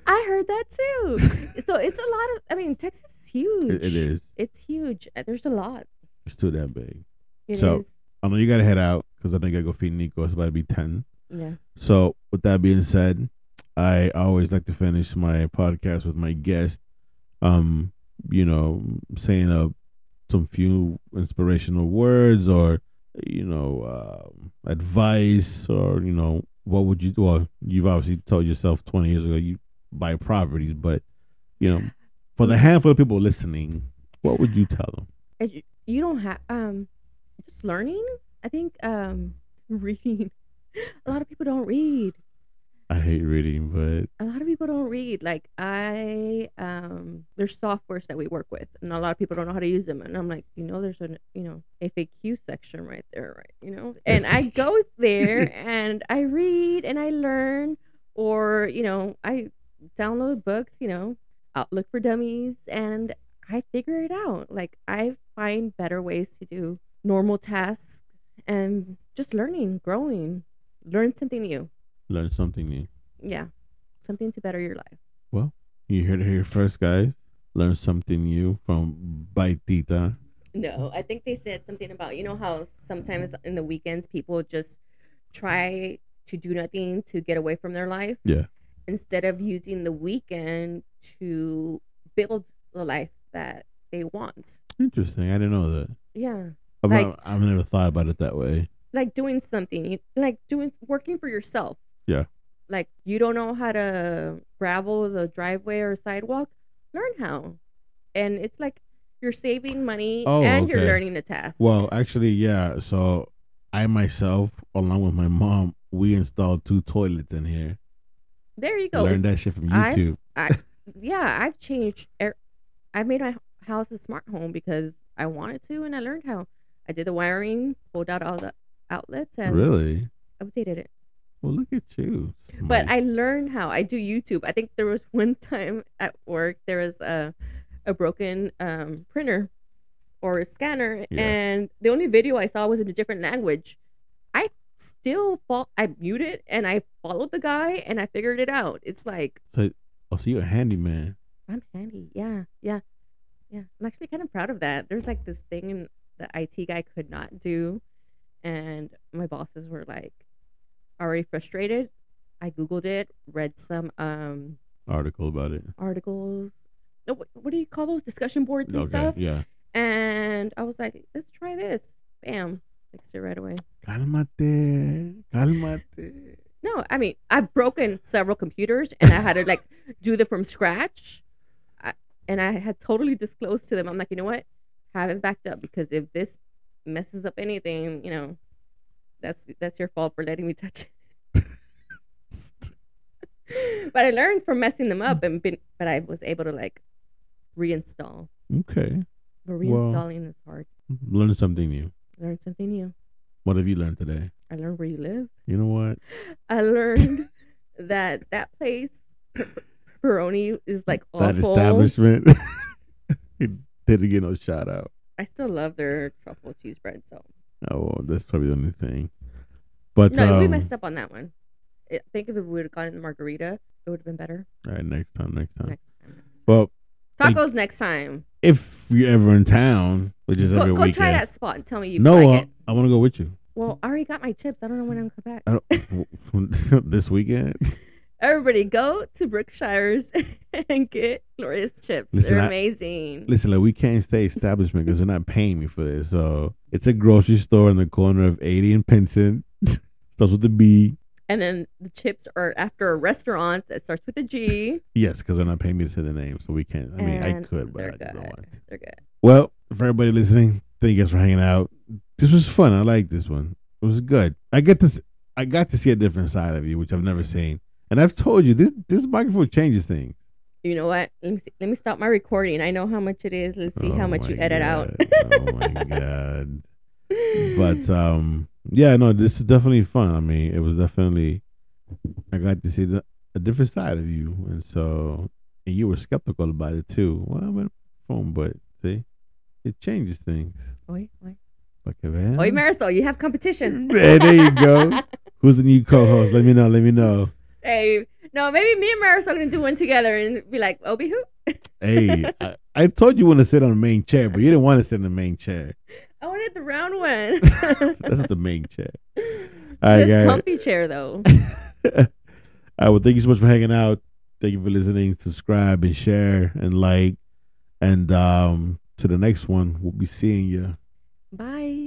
Speaker 2: I heard that too. so it's a lot of. I mean, Texas is huge.
Speaker 1: It, it is.
Speaker 2: It's huge. Uh, There's a lot.
Speaker 1: It's still that big.
Speaker 2: It is.
Speaker 1: So- I know you gotta head out because I know you gotta go feed Nico. It's about to be ten.
Speaker 2: Yeah.
Speaker 1: So, with that being said, I always like to finish my podcast with my guest, um, you know, saying a some few inspirational words or you know um advice or you know what would you well you've obviously told yourself 20 years ago you buy properties but you know for the handful of people listening what would you tell them
Speaker 2: Edu- you don't have um just learning i think um reading a lot of people don't read
Speaker 1: i hate reading but
Speaker 2: a lot of people don't read like i um there's softwares that we work with and a lot of people don't know how to use them and i'm like you know there's an you know faq section right there right you know and i go there and i read and i learn or you know i download books you know outlook for dummies and i figure it out like i find better ways to do normal tasks and just learning growing learn something new
Speaker 1: learn something new
Speaker 2: yeah something to better your life
Speaker 1: you heard it here first guys learn something new from baitita
Speaker 2: No, I think they said something about you know how sometimes in the weekends people just try to do nothing to get away from their life.
Speaker 1: Yeah.
Speaker 2: Instead of using the weekend to build the life that they want.
Speaker 1: interesting i didn't know that
Speaker 2: Yeah.
Speaker 1: I've,
Speaker 2: Like-
Speaker 1: I've never thought about it that way
Speaker 2: Like doing something, like doing working for yourself.
Speaker 1: Yeah.
Speaker 2: Like you don't know how to gravel the driveway or sidewalk, learn how. And it's like you're saving money
Speaker 1: Oh,
Speaker 2: and you're
Speaker 1: okay.
Speaker 2: learning a task.
Speaker 1: Well, actually, yeah. So I myself, along with my mom, we installed two toilets in here.
Speaker 2: there you go. It's
Speaker 1: Learned that shit from
Speaker 2: I-
Speaker 1: YouTube.
Speaker 2: yeah, I've changed. er- I made my h- house a smart home because I wanted to, and I learned how. I did the wiring, pulled out all the outlets, and
Speaker 1: really? Oh
Speaker 2: updated it.
Speaker 1: Well, look at you.
Speaker 2: But
Speaker 1: smart.
Speaker 2: I learned how. I do YouTube. I think there was one time at work there was a a broken um, printer or a scanner,
Speaker 1: Yeah.
Speaker 2: and the only video I saw was in a different language. I still fol- I muted and I followed the guy, and I figured it out. It's like
Speaker 1: so, oh, so you're a handyman.
Speaker 2: I'm handy. Yeah, yeah, yeah. I'm actually kind of proud of that. There's like this thing in the IT guy could not do, and my bosses were like already frustrated. I googled it, read some um
Speaker 1: Article about it.
Speaker 2: articles. No, wh- what do you call those discussion boards and
Speaker 1: okay.
Speaker 2: stuff?
Speaker 1: Yeah.
Speaker 2: And I was like, let's try this. Bam, fixed it right away.
Speaker 1: Calmate. Calmate.
Speaker 2: No, I mean I've broken several computers and I had to like do them from scratch. I, and I had totally disclosed to them. I'm like, you know what? Have it backed up because if this messes up anything, you know, that's that's your fault for letting me touch it. but I learned from messing them up and been, but I was able to like reinstall.
Speaker 1: Okay.
Speaker 2: But
Speaker 1: Well-
Speaker 2: reinstalling is hard.
Speaker 1: Learn something new.
Speaker 2: Learn something new.
Speaker 1: What have you learned today?
Speaker 2: I learned where you live.
Speaker 1: You know what?
Speaker 2: I learned that that place per- pepperoni is like
Speaker 1: That
Speaker 2: awful.
Speaker 1: establishment. it didn't get no shout out.
Speaker 2: I still love their truffle cheese bread. So
Speaker 1: Oh, well, that's probably the only thing. But
Speaker 2: no, we
Speaker 1: um,
Speaker 2: messed up on that one. I think if we would have gotten the margarita, it would have been better
Speaker 1: All right, next time, next time.
Speaker 2: next time.
Speaker 1: Well, thank-
Speaker 2: Tacos next time.
Speaker 1: if you're ever in town, which is every
Speaker 2: Go, go
Speaker 1: weekend.
Speaker 2: try that spot and tell me you
Speaker 1: no,
Speaker 2: like
Speaker 1: uh,
Speaker 2: it.
Speaker 1: I want to go with you.
Speaker 2: Well, I already got my chips. I don't know when I'm coming back.
Speaker 1: I don't, this weekend.
Speaker 2: Everybody, go to Brookshire's and get glorious chips.
Speaker 1: Listen,
Speaker 2: They're
Speaker 1: I-
Speaker 2: amazing.
Speaker 1: Listen, like, we can't stay establishment because they're not paying me for this. So it's a grocery store in the corner of 80 and Pinson. Starts with the B.
Speaker 2: and then the chips are after a restaurant that starts with a G.
Speaker 1: Yes, because they're not paying me to say the name, so we can't. I mean, I
Speaker 2: And
Speaker 1: could, but I
Speaker 2: they're
Speaker 1: just don't
Speaker 2: good.
Speaker 1: want. to.
Speaker 2: They're good.
Speaker 1: Well, for everybody listening, thank you guys for hanging out. This was fun. I like this one. It was good. I get this. I got to see a different side of you, which I've never seen. And I've told you this. This microphone changes things.
Speaker 2: You know what? Let me see. let me stop my recording. I know how much it is. Let's see how
Speaker 1: Oh
Speaker 2: much you
Speaker 1: my
Speaker 2: edit
Speaker 1: God. oh my god!
Speaker 2: out.
Speaker 1: But um, yeah, no, this is definitely fun. I mean, it was definitely I got to see the, a different side of you, and so and you were skeptical about it too. Well, I'm on phone, but see, it changes things.
Speaker 2: Oi, oi.
Speaker 1: Okay, man.
Speaker 2: Oi, Marisol, Oh, you have competition.
Speaker 1: Hey, there you go. Who's the new co-host? Let me know. Let me know.
Speaker 2: hey, no, maybe me and Marisol are gonna do one together and be like, Obi who?
Speaker 1: Hey, I, I told you want to sit on the main chair, but you didn't want to sit in the main chair.
Speaker 2: I wanted the round one.
Speaker 1: That's not the main chair. All right,
Speaker 2: this
Speaker 1: guys.
Speaker 2: comfy chair though.
Speaker 1: All right, well, thank you so much for hanging out. Thank you for listening. Subscribe and share and like. And um, to the next one. We'll be seeing you.
Speaker 2: Bye.